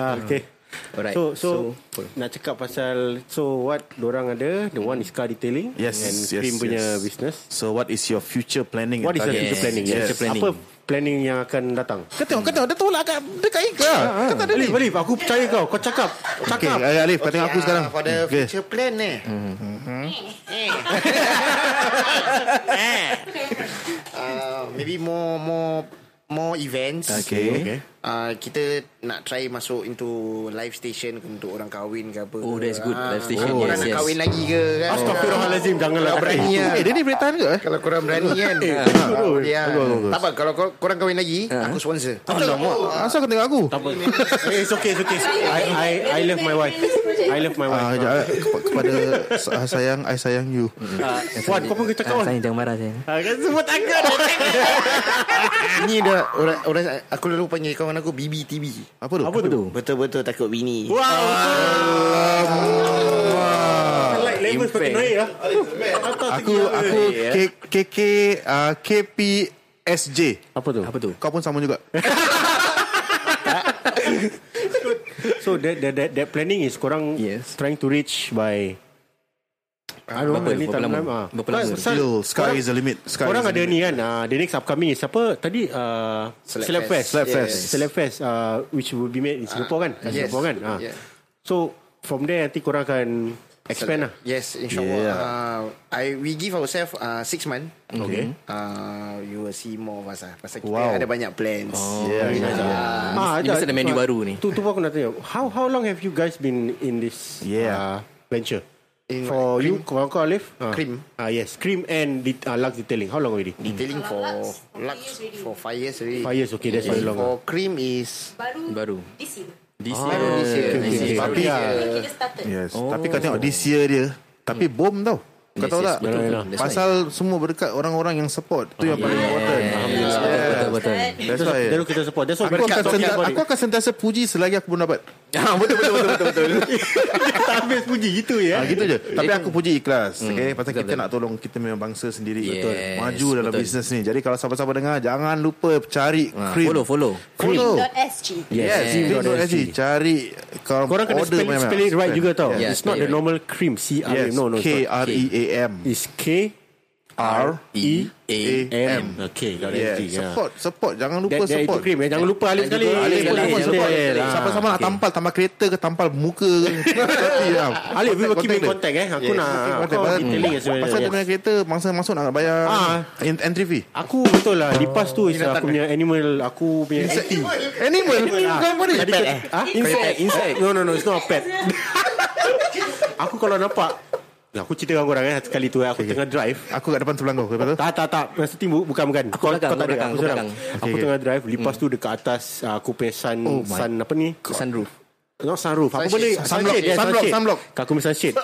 [SPEAKER 7] Ah, okay.
[SPEAKER 5] Alright.
[SPEAKER 7] So, so,
[SPEAKER 5] So,
[SPEAKER 7] nak cakap pasal so what dorang ada the one is car detailing
[SPEAKER 1] Yes,
[SPEAKER 7] and
[SPEAKER 1] yes,
[SPEAKER 7] Cream punya
[SPEAKER 1] yes.
[SPEAKER 7] business.
[SPEAKER 1] So what is your future planning
[SPEAKER 7] What is your future planning?
[SPEAKER 1] Yes.
[SPEAKER 7] Yes. Apa planning yang akan datang?
[SPEAKER 1] Kau tengok kau tengok Dia tolak kat Dekat Ika Kau tak ada
[SPEAKER 7] Alif, Alif, aku percaya kau. Kau cakap.
[SPEAKER 1] Ah, Okay
[SPEAKER 7] Cakap.
[SPEAKER 1] Alif kau tengok aku
[SPEAKER 8] ah,
[SPEAKER 1] sekarang Mm-hmm.
[SPEAKER 8] For the
[SPEAKER 1] Okay.
[SPEAKER 8] future plan eh uh, Eh. Maybe more More More events
[SPEAKER 1] Okay. Okay.
[SPEAKER 8] Uh, kita nak try masuk into live station untuk orang kahwin ke apa
[SPEAKER 5] Oh,
[SPEAKER 8] ke.
[SPEAKER 5] that's good.
[SPEAKER 8] Ah,
[SPEAKER 5] Live station,
[SPEAKER 8] Orang
[SPEAKER 5] yes,
[SPEAKER 8] nak
[SPEAKER 5] yes.
[SPEAKER 8] kahwin lagi ke kan
[SPEAKER 7] Astaghfirullahalazim, janganlah.
[SPEAKER 8] Kalau berani kan.
[SPEAKER 1] Eh dia ni Britain ke eh?
[SPEAKER 8] Kalau korang berani
[SPEAKER 1] Eh,
[SPEAKER 8] kan Ah,
[SPEAKER 1] betul, betul.
[SPEAKER 8] boleh kan.
[SPEAKER 1] Betul, betul.
[SPEAKER 8] Tak apa Kalau kor- korang kahwin lagi
[SPEAKER 5] Ha.
[SPEAKER 8] Aku sponsor
[SPEAKER 1] Alamak Asal kau tengok aku
[SPEAKER 7] Tak apa. Eh, It's okay, it's okay. I, I, I love my wife. I love
[SPEAKER 1] Ah,
[SPEAKER 7] my wife.
[SPEAKER 1] kejap, eh. Kepa- kepada sa- sayang, I sayang you.
[SPEAKER 7] Ah, Wan, kau pun kena cakap. Wan.
[SPEAKER 5] Sayang jangan marah sayang
[SPEAKER 7] Ah, Kan semua takut.
[SPEAKER 8] Ini dah orang, orang Aku lalu panggil kawan aku BBTB
[SPEAKER 1] Apa tu?
[SPEAKER 7] Apa tu?
[SPEAKER 8] Betul-betul takut bini
[SPEAKER 7] Wow. Like level semakin naik lah.
[SPEAKER 1] Aku
[SPEAKER 5] Ya,
[SPEAKER 1] aku K, KK uh, KPSJ.
[SPEAKER 7] Apa tu?
[SPEAKER 5] Apa tu
[SPEAKER 1] Kau pun sama juga.
[SPEAKER 5] Eh,
[SPEAKER 7] So that, that, that, that planning is korang
[SPEAKER 5] Yes.
[SPEAKER 7] trying to reach by I don't know
[SPEAKER 5] Berapa-
[SPEAKER 7] any
[SPEAKER 5] berapa
[SPEAKER 7] time
[SPEAKER 5] lama?
[SPEAKER 7] time ah.
[SPEAKER 5] Berapa lama?
[SPEAKER 7] Pasal
[SPEAKER 1] Still, sky
[SPEAKER 7] korang-
[SPEAKER 1] is the limit. Sky
[SPEAKER 7] Korang
[SPEAKER 1] is the
[SPEAKER 7] ada
[SPEAKER 1] limit.
[SPEAKER 7] ni kan uh, The next upcoming is Apa tadi uh,
[SPEAKER 8] Slap
[SPEAKER 7] Slap
[SPEAKER 8] Fest.
[SPEAKER 7] Fest
[SPEAKER 1] Slap Fest.
[SPEAKER 7] Slap Fest uh, Which will be made in Singapore kan
[SPEAKER 8] yes.
[SPEAKER 7] Singapore kan uh.
[SPEAKER 8] Yeah.
[SPEAKER 7] So From there nanti korang akan Expand lah
[SPEAKER 8] Yes, insyaAllah.
[SPEAKER 1] Yeah.
[SPEAKER 8] Uh, I we give ourselves uh, six month.
[SPEAKER 1] Okay.
[SPEAKER 8] Uh, you will see more of us lah. Pasal kita
[SPEAKER 1] Wow.
[SPEAKER 8] ada banyak plans. Oh,
[SPEAKER 1] Yeah, yeah,
[SPEAKER 7] Ah,
[SPEAKER 5] Ni mesti ada menu baru ni.
[SPEAKER 7] Tu tu pun aku nak tanya. How how long have you guys been in this
[SPEAKER 1] Yeah.
[SPEAKER 7] uh, venture?
[SPEAKER 8] uh, In
[SPEAKER 7] For
[SPEAKER 8] what?
[SPEAKER 7] you, kau kau Alif? Ah.
[SPEAKER 8] Cream.
[SPEAKER 7] Ah yes, cream and det- ah, lux detailing. How long already?
[SPEAKER 8] Detailing for Lux for five years already.
[SPEAKER 7] Five years, okay, that's
[SPEAKER 8] And
[SPEAKER 7] very long
[SPEAKER 8] For cream is
[SPEAKER 9] Baru
[SPEAKER 5] Baru
[SPEAKER 9] This year
[SPEAKER 5] This
[SPEAKER 8] baru
[SPEAKER 5] year
[SPEAKER 8] this year.
[SPEAKER 7] okay, okay.
[SPEAKER 8] Baru this year.
[SPEAKER 9] Kita started
[SPEAKER 1] Yes. Oh. Tapi kau tengok this year dia, tapi bom tau. Kau
[SPEAKER 5] Hmm. Yes,
[SPEAKER 1] tahu
[SPEAKER 5] yes,
[SPEAKER 1] tak?
[SPEAKER 5] betul, betul. That's
[SPEAKER 1] Pasal semua berkat orang-orang yang support. Tu yang paling important.
[SPEAKER 5] Betul betul
[SPEAKER 1] That's why.
[SPEAKER 7] Baru kita support. That's why
[SPEAKER 1] Aku akan, sentiasa,
[SPEAKER 7] about it.
[SPEAKER 1] aku akan sentiasa puji selagi aku belum dapat.
[SPEAKER 5] Ah, Betul betul betul betul betul.
[SPEAKER 7] tak habis puji gitu ya.
[SPEAKER 1] Ha, gitu je. Tapi aku puji ikhlas. Okay? Pasal kita nak tolong kita memang bangsa sendiri.
[SPEAKER 5] Hmm. Yes,
[SPEAKER 1] betul. Maju dalam
[SPEAKER 5] betul.
[SPEAKER 1] bisnes ni. Jadi kalau siapa-siapa dengar, jangan lupa cari
[SPEAKER 5] Ah,
[SPEAKER 1] cream.
[SPEAKER 5] Follow follow
[SPEAKER 1] Follow.
[SPEAKER 9] SG
[SPEAKER 1] Yes,
[SPEAKER 5] Yes.
[SPEAKER 1] yes. yes. Cari kalau
[SPEAKER 7] Korang kena
[SPEAKER 1] order
[SPEAKER 7] spell, it-
[SPEAKER 1] banyak-banyak.
[SPEAKER 7] spell it right juga tau.
[SPEAKER 5] Yeah,
[SPEAKER 7] It's
[SPEAKER 5] spell
[SPEAKER 7] not
[SPEAKER 5] it
[SPEAKER 7] the
[SPEAKER 5] right.
[SPEAKER 7] normal cream C R
[SPEAKER 1] Yes, E.
[SPEAKER 7] M. No no. it's not.
[SPEAKER 1] K-R-E-A-M.
[SPEAKER 7] It's K
[SPEAKER 1] R.
[SPEAKER 7] E
[SPEAKER 5] A
[SPEAKER 7] M. Okay, got
[SPEAKER 1] Yeah.
[SPEAKER 7] it. Yeah.
[SPEAKER 1] Support, support. Jangan lupa
[SPEAKER 7] That, that itu
[SPEAKER 1] support.
[SPEAKER 7] cream. eh. Jangan lupa Alif sekali.
[SPEAKER 1] Alif pun
[SPEAKER 5] Alif
[SPEAKER 1] lupa
[SPEAKER 5] sekali.
[SPEAKER 1] support.
[SPEAKER 5] Alif sekali.
[SPEAKER 1] Siapa-siapa nak
[SPEAKER 5] Okay.
[SPEAKER 1] tampal, tampal kereta ke, tampal muka ke. Hati lah.
[SPEAKER 7] Alif, we will keep in
[SPEAKER 1] dia.
[SPEAKER 7] contact eh. Aku
[SPEAKER 1] Yes.
[SPEAKER 7] nak
[SPEAKER 1] Keep in
[SPEAKER 7] kau
[SPEAKER 1] contact. Pasal-
[SPEAKER 7] detailing as well.
[SPEAKER 1] Pasal dia punya kereta, mangsa masuk nak bayar
[SPEAKER 7] Ah.
[SPEAKER 1] en- entry fee.
[SPEAKER 7] Aku betul lah Lipas tu is aku punya animal Aku punya
[SPEAKER 1] Animal? Bukan apa ni?
[SPEAKER 7] Tadi kat- ha? Insect Insect No no no It's not a pet Aku kalau nampak Nah, aku cerita dengan korang eh Sekali tu eh, Aku tengah drive
[SPEAKER 1] Aku kat depan sebelah kau. Lepas tu?
[SPEAKER 7] Tak tak tak Masa timbu Bukan bukan
[SPEAKER 5] Aku belakang,
[SPEAKER 7] tak
[SPEAKER 5] aku belakang,
[SPEAKER 7] Aku
[SPEAKER 5] aku
[SPEAKER 7] seorang
[SPEAKER 5] belakang.
[SPEAKER 7] Aku
[SPEAKER 1] Okay,
[SPEAKER 7] tengah drive Lipas tu dekat atas ah, Aku punya sun Sun apa ni
[SPEAKER 5] Sunroof
[SPEAKER 7] Not sunroof Apa
[SPEAKER 13] Sunshade.
[SPEAKER 7] benda
[SPEAKER 13] Sunblock.
[SPEAKER 7] Sunshade, yeah,
[SPEAKER 13] Sunblock,
[SPEAKER 7] sunshade.
[SPEAKER 13] sunblock.
[SPEAKER 7] Aku punya sunshade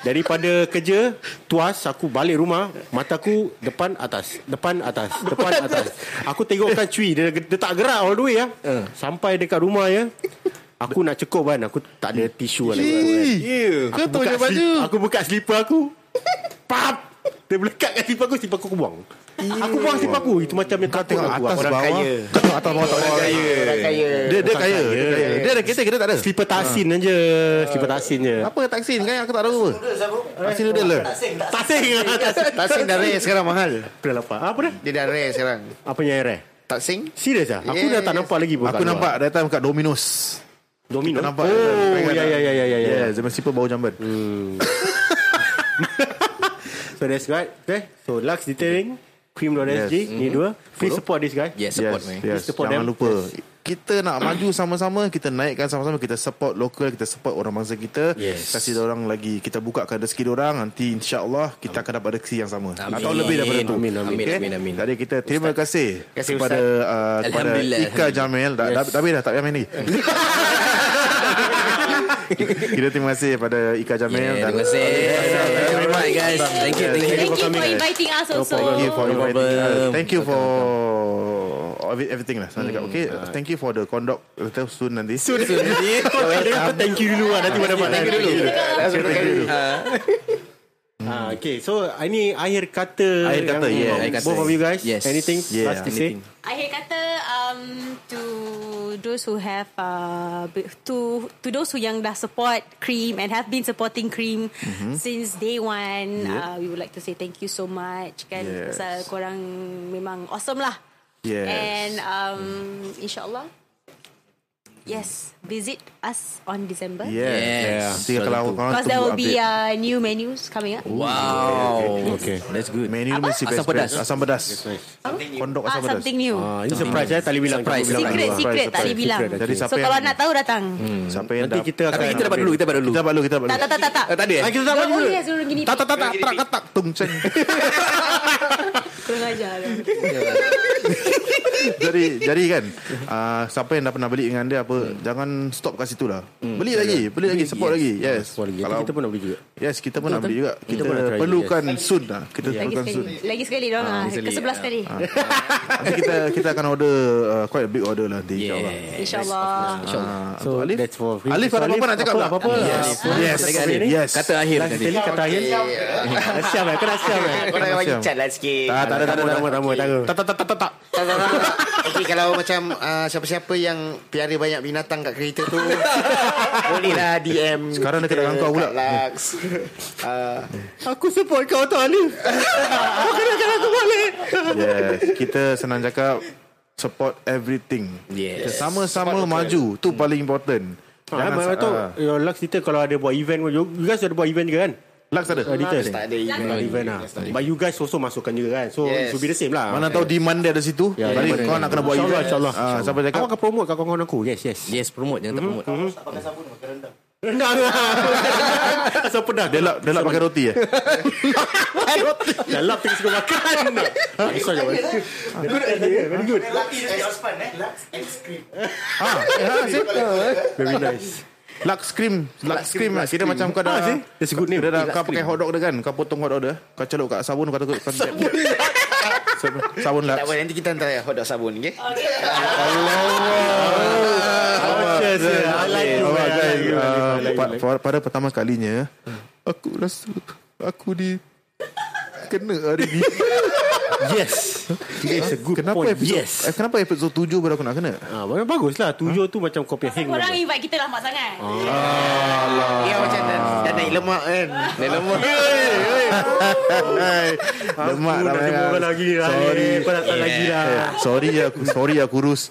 [SPEAKER 7] Daripada kerja Tuas Aku balik rumah Mata aku Depan atas Depan atas Depan atas Aku tengokkan cui Dia, dia tak gerak all the way ya.
[SPEAKER 8] Eh.
[SPEAKER 7] Sampai dekat rumah ya Aku nak cukup kan Aku tak ada tisu kan, aku, kan.
[SPEAKER 13] Yeah.
[SPEAKER 7] Aku buka, baju. aku buka slipper aku Pap Dia melekat kat slipper aku Slipper aku kebuang Aku buang slipper aku Itu macam yang takut
[SPEAKER 1] tengok
[SPEAKER 7] aku
[SPEAKER 1] atas
[SPEAKER 7] Orang
[SPEAKER 1] bawah
[SPEAKER 7] kaya.
[SPEAKER 1] Kau tengok atas bawah tak
[SPEAKER 7] Orang
[SPEAKER 1] bawah.
[SPEAKER 7] kaya. Orang kaya.
[SPEAKER 1] Dia dia
[SPEAKER 7] Orang
[SPEAKER 1] kaya
[SPEAKER 7] kaya.
[SPEAKER 1] Dia kaya. Dia ada kereta kita tak ada
[SPEAKER 7] Slipper taksin ha. je Slipper taksin je
[SPEAKER 1] Apa taksin kan Aku tak tahu apa Taksin dia lah
[SPEAKER 7] Tasing
[SPEAKER 8] Tasing dah rare sekarang mahal
[SPEAKER 7] Dah lapar Apa dah?
[SPEAKER 8] Dia dah rare sekarang
[SPEAKER 7] Apa yang rare?
[SPEAKER 8] Taksing
[SPEAKER 7] Serius lah Aku dah tak nampak lagi pun
[SPEAKER 1] Aku nampak That time kat Domino's
[SPEAKER 7] Domino
[SPEAKER 1] Kita nampak
[SPEAKER 7] Oh
[SPEAKER 1] Kadang-kadang-
[SPEAKER 7] ya ya ya ya ya ya.
[SPEAKER 1] Yeah Zaman siapa bau jamban
[SPEAKER 7] Hmm. so that's right okay. So Lux Detailing
[SPEAKER 1] Yes.
[SPEAKER 7] Cream.sg yes. Ni dua Please
[SPEAKER 1] Follow.
[SPEAKER 7] support this guy Please support
[SPEAKER 1] Jangan
[SPEAKER 7] them
[SPEAKER 1] lupa Kita nak maju sama-sama Kita naikkan sama-sama Kita support lokal Kita support orang bangsa kita
[SPEAKER 7] Yes.
[SPEAKER 1] Kasih orang lagi Kita bukakan rezeki orang Nanti insyaAllah Kita akan dapat rezeki yang sama
[SPEAKER 5] Amin.
[SPEAKER 1] Atau lebih daripada itu
[SPEAKER 5] Amin, amin,
[SPEAKER 1] Okay?
[SPEAKER 5] amin, amin.
[SPEAKER 1] Jadi kita terima kasih
[SPEAKER 5] Kasih,
[SPEAKER 1] Kepada
[SPEAKER 5] Ustaz.
[SPEAKER 1] uh, kepada
[SPEAKER 5] Alhamdulillah,
[SPEAKER 1] Ika
[SPEAKER 5] Alhamdulillah.
[SPEAKER 1] Jamil Dah
[SPEAKER 5] Yes.
[SPEAKER 1] dah- dah habis dah Tak payah main lagi Kita terima kasih kepada Ika Jamil
[SPEAKER 5] Yeah,
[SPEAKER 1] dan-
[SPEAKER 5] Ya, terima kasih. Thank you very much, guys. Thank you, thank you.
[SPEAKER 6] Thank you for inviting us also.
[SPEAKER 1] Thank you for
[SPEAKER 5] No
[SPEAKER 1] inviting
[SPEAKER 5] problem.
[SPEAKER 1] us. Thank you for every- everything lah. Saya cakap okay. Thank you for the conduct. Later soon nanti.
[SPEAKER 7] Soon nanti. Kau ada kata thank you dulu lah Nanti mana mana
[SPEAKER 1] Thank you dulu.
[SPEAKER 7] Thank you
[SPEAKER 1] Thank you
[SPEAKER 7] dulu
[SPEAKER 1] dulu.
[SPEAKER 7] Ah, okay, so ini akhir kata
[SPEAKER 1] Akhir kata,
[SPEAKER 7] yang-
[SPEAKER 1] yeah. Akhir kata.
[SPEAKER 7] both of you guys.
[SPEAKER 1] Yes.
[SPEAKER 7] Anything
[SPEAKER 1] Yeah.
[SPEAKER 7] last to say?
[SPEAKER 6] Akhir kata um, to those who have uh, be- to to those who yang dah support Cream and have been supporting Cream mm-hmm. since day
[SPEAKER 1] Yep.
[SPEAKER 6] one. Uh, we would like to say thank you so much kan
[SPEAKER 1] Yes.
[SPEAKER 6] pasal korang memang awesome lah.
[SPEAKER 1] Yes.
[SPEAKER 6] And um, insyaallah yes visit us on December.
[SPEAKER 1] Yes.
[SPEAKER 5] Yes.
[SPEAKER 1] Nanti kalau
[SPEAKER 5] Selalu tu.
[SPEAKER 1] kalau
[SPEAKER 6] Because there will
[SPEAKER 1] tunggu
[SPEAKER 6] be
[SPEAKER 1] update.
[SPEAKER 6] uh, new menus coming up.
[SPEAKER 5] Wow.
[SPEAKER 7] Okay.
[SPEAKER 5] That's good.
[SPEAKER 1] Menu
[SPEAKER 6] Apa?
[SPEAKER 1] mesti
[SPEAKER 5] Asam
[SPEAKER 1] best
[SPEAKER 5] pedas.
[SPEAKER 1] best. Asam pedas. Kondok asam
[SPEAKER 6] Ah,
[SPEAKER 1] pedas.
[SPEAKER 6] something new.
[SPEAKER 7] Ah, ini surprise eh, tak boleh bilang.
[SPEAKER 5] Surprise.
[SPEAKER 7] Tak boleh bilang.
[SPEAKER 6] Secret, secret, tak boleh bilang.
[SPEAKER 7] Secret, okay.
[SPEAKER 6] So kalau nak tahu datang.
[SPEAKER 1] Hmm. Siapa yang
[SPEAKER 7] Nanti
[SPEAKER 1] dah-
[SPEAKER 7] kita akan
[SPEAKER 5] Tapi kita dapat dulu, kita dapat dulu.
[SPEAKER 1] Kita dapat dulu, kita dapat
[SPEAKER 6] Tak,
[SPEAKER 1] dulu.
[SPEAKER 6] tak, tak, tak. tak.
[SPEAKER 5] Eh, tak ada eh?
[SPEAKER 7] Ah, kita tak dapat
[SPEAKER 6] Oh,
[SPEAKER 7] dulu.
[SPEAKER 6] yes, orang gini.
[SPEAKER 1] Tak tak tak tak tak tak tak tung ceng.
[SPEAKER 6] Kurang ajar. lah.
[SPEAKER 1] Jadi jadi kan uh, siapa yang dah pernah beli dengan dia apa jangan stop kat situ lah. Beli lagi, beli lagi, support lagi. Yes.
[SPEAKER 7] Ah, Support lagi. Nanti kita pun nak beli juga.
[SPEAKER 1] Yes, kita pun nak
[SPEAKER 7] Betul,
[SPEAKER 1] beli juga. Kita
[SPEAKER 7] pun nak try,
[SPEAKER 1] perlukan soon lah. Kita
[SPEAKER 6] Lagi
[SPEAKER 1] perlukan
[SPEAKER 6] sekali.
[SPEAKER 1] soon.
[SPEAKER 6] Lagi sekali dong. Ah, ke sebelas kali.
[SPEAKER 1] Nanti kita kita akan order uh, quite a big order lah nanti yeah. insyaallah.
[SPEAKER 6] InsyaAllah.
[SPEAKER 1] Uh,
[SPEAKER 7] So Alif, that's for free.
[SPEAKER 1] Alif, ada apa-apa nak cakap tak?
[SPEAKER 7] Apa-apa. lah.
[SPEAKER 1] Yes. Yes.
[SPEAKER 7] Yes.
[SPEAKER 1] Yes.
[SPEAKER 5] Kata akhir
[SPEAKER 7] Last
[SPEAKER 5] tadi.
[SPEAKER 7] sekali kata akhir. Dah Siap eh, kau dah siap eh.
[SPEAKER 8] Kau nak bagi
[SPEAKER 1] Siam.
[SPEAKER 8] cat lah sikit
[SPEAKER 7] Tak, tak ada, tak ada, tak ada, tak ada, tak ada.
[SPEAKER 1] Tak tak tak tak tak, tak.
[SPEAKER 8] Tak, tak, tak. Tapi kalau macam ah, Siapa-siapa yang Piara banyak binatang kat kereta tu Bolehlah DM
[SPEAKER 1] Sekarang dia
[SPEAKER 8] kita
[SPEAKER 1] kena dengan kau pula.
[SPEAKER 8] kat Lux. Ah,
[SPEAKER 7] Aku support kau tau Alif. Kau kena kena aku balik.
[SPEAKER 1] Yes. Kita senang cakap support everything.
[SPEAKER 5] Yes.
[SPEAKER 1] Kita Sama-sama maju. Tu paling important.
[SPEAKER 7] Jangan mana tu.
[SPEAKER 1] ah.
[SPEAKER 7] Your Lux kita kalau ada buat event pun, you you guys ada buat event ke kan?
[SPEAKER 1] Lux ada.
[SPEAKER 7] Uh, detail.
[SPEAKER 8] Tak ada event.
[SPEAKER 7] Tak ada event lah. But you guys also masukkan juga kan. So
[SPEAKER 8] Yes.
[SPEAKER 7] it should be the same lah.
[SPEAKER 1] Mana tahu demand dia ada situ.
[SPEAKER 7] Ya,
[SPEAKER 1] Tadi
[SPEAKER 7] demand
[SPEAKER 1] kau
[SPEAKER 7] dia.
[SPEAKER 1] nak kena buat
[SPEAKER 7] InsyaAllah,
[SPEAKER 1] event.
[SPEAKER 7] insyaAllah.
[SPEAKER 1] Ah, Siapa cakap?
[SPEAKER 7] Aku akan promote kat kawan-kawan aku. Yes, yes.
[SPEAKER 5] Yes, promote. Jangan tak promote.
[SPEAKER 7] Mm-hmm. Rendang lah. Asal pedas.
[SPEAKER 1] Dia lap, dia lap pakai roti eh.
[SPEAKER 7] Dalam tengah suka makan. Risau je. Good idea. Very good. eh?
[SPEAKER 1] Ha, ya, see?
[SPEAKER 7] Very nice.
[SPEAKER 1] Lux cream, Lux cream lah. Kira macam kau dah.
[SPEAKER 7] Ah, see? That's a good name.
[SPEAKER 1] Kau dah
[SPEAKER 7] Lux
[SPEAKER 1] kau pakai hot dog dia kan. Kau potong hot dog dia. Kau celup kat sabun kau takut kau jab dia. Sabun. Sabun Lux.
[SPEAKER 8] Tak apa nanti kita hantar hotdog sabun okay?
[SPEAKER 7] Ah. Yes, yes. I like you.
[SPEAKER 1] Oh,
[SPEAKER 7] man. I
[SPEAKER 1] guys,
[SPEAKER 7] like you. I like you.
[SPEAKER 1] uh,
[SPEAKER 7] I like you.
[SPEAKER 1] pa- pa- pada pertama kalinya aku rasa aku di kena hari ni.
[SPEAKER 7] Yes. That's a good
[SPEAKER 1] kenapa
[SPEAKER 7] point.
[SPEAKER 1] episod,
[SPEAKER 7] Yes.
[SPEAKER 1] eh, kenapa episod 7 baru aku nak kena?
[SPEAKER 7] Ah, memang bagus lah. Tujuh tu macam kopi hang.
[SPEAKER 6] Korang invite kita lama sangat.
[SPEAKER 8] Ya
[SPEAKER 7] Ah.
[SPEAKER 8] macam dah, dah naik lemak kan Naik lemak
[SPEAKER 1] Hai. Lemak
[SPEAKER 7] Aku nak
[SPEAKER 1] ramai
[SPEAKER 7] jumpa kau
[SPEAKER 1] orang.
[SPEAKER 7] lagi lah.
[SPEAKER 1] Sorry.
[SPEAKER 7] Kau datang lagi lah.
[SPEAKER 1] Eh, sorry ya, aku sorry aku kurus.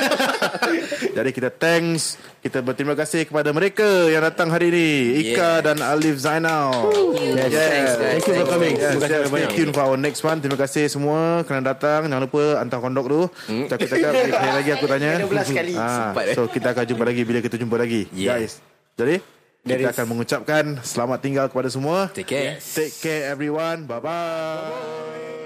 [SPEAKER 1] Jadi kita thanks, kita berterima kasih kepada mereka yang datang hari ini, Ika dan Alif Zainal. Yes.
[SPEAKER 5] Thanks, guys.
[SPEAKER 7] Thank you for coming.
[SPEAKER 1] Yes,
[SPEAKER 7] Terima kasih
[SPEAKER 1] yes, stay
[SPEAKER 7] banyak.
[SPEAKER 1] tune for our next one. Terima kasih semua kerana datang. Jangan lupa hantar kondok tu. Hmm. Aku cakap sekali lagi aku tanya.
[SPEAKER 8] 12 kali.
[SPEAKER 1] Ah,
[SPEAKER 5] Sempat, eh.
[SPEAKER 1] so kita akan jumpa lagi bila kita jumpa lagi.
[SPEAKER 5] Yeah.
[SPEAKER 1] Guys. Jadi kita akan mengucapkan selamat tinggal kepada semua.
[SPEAKER 5] Take care.
[SPEAKER 1] Take care everyone. Bye bye.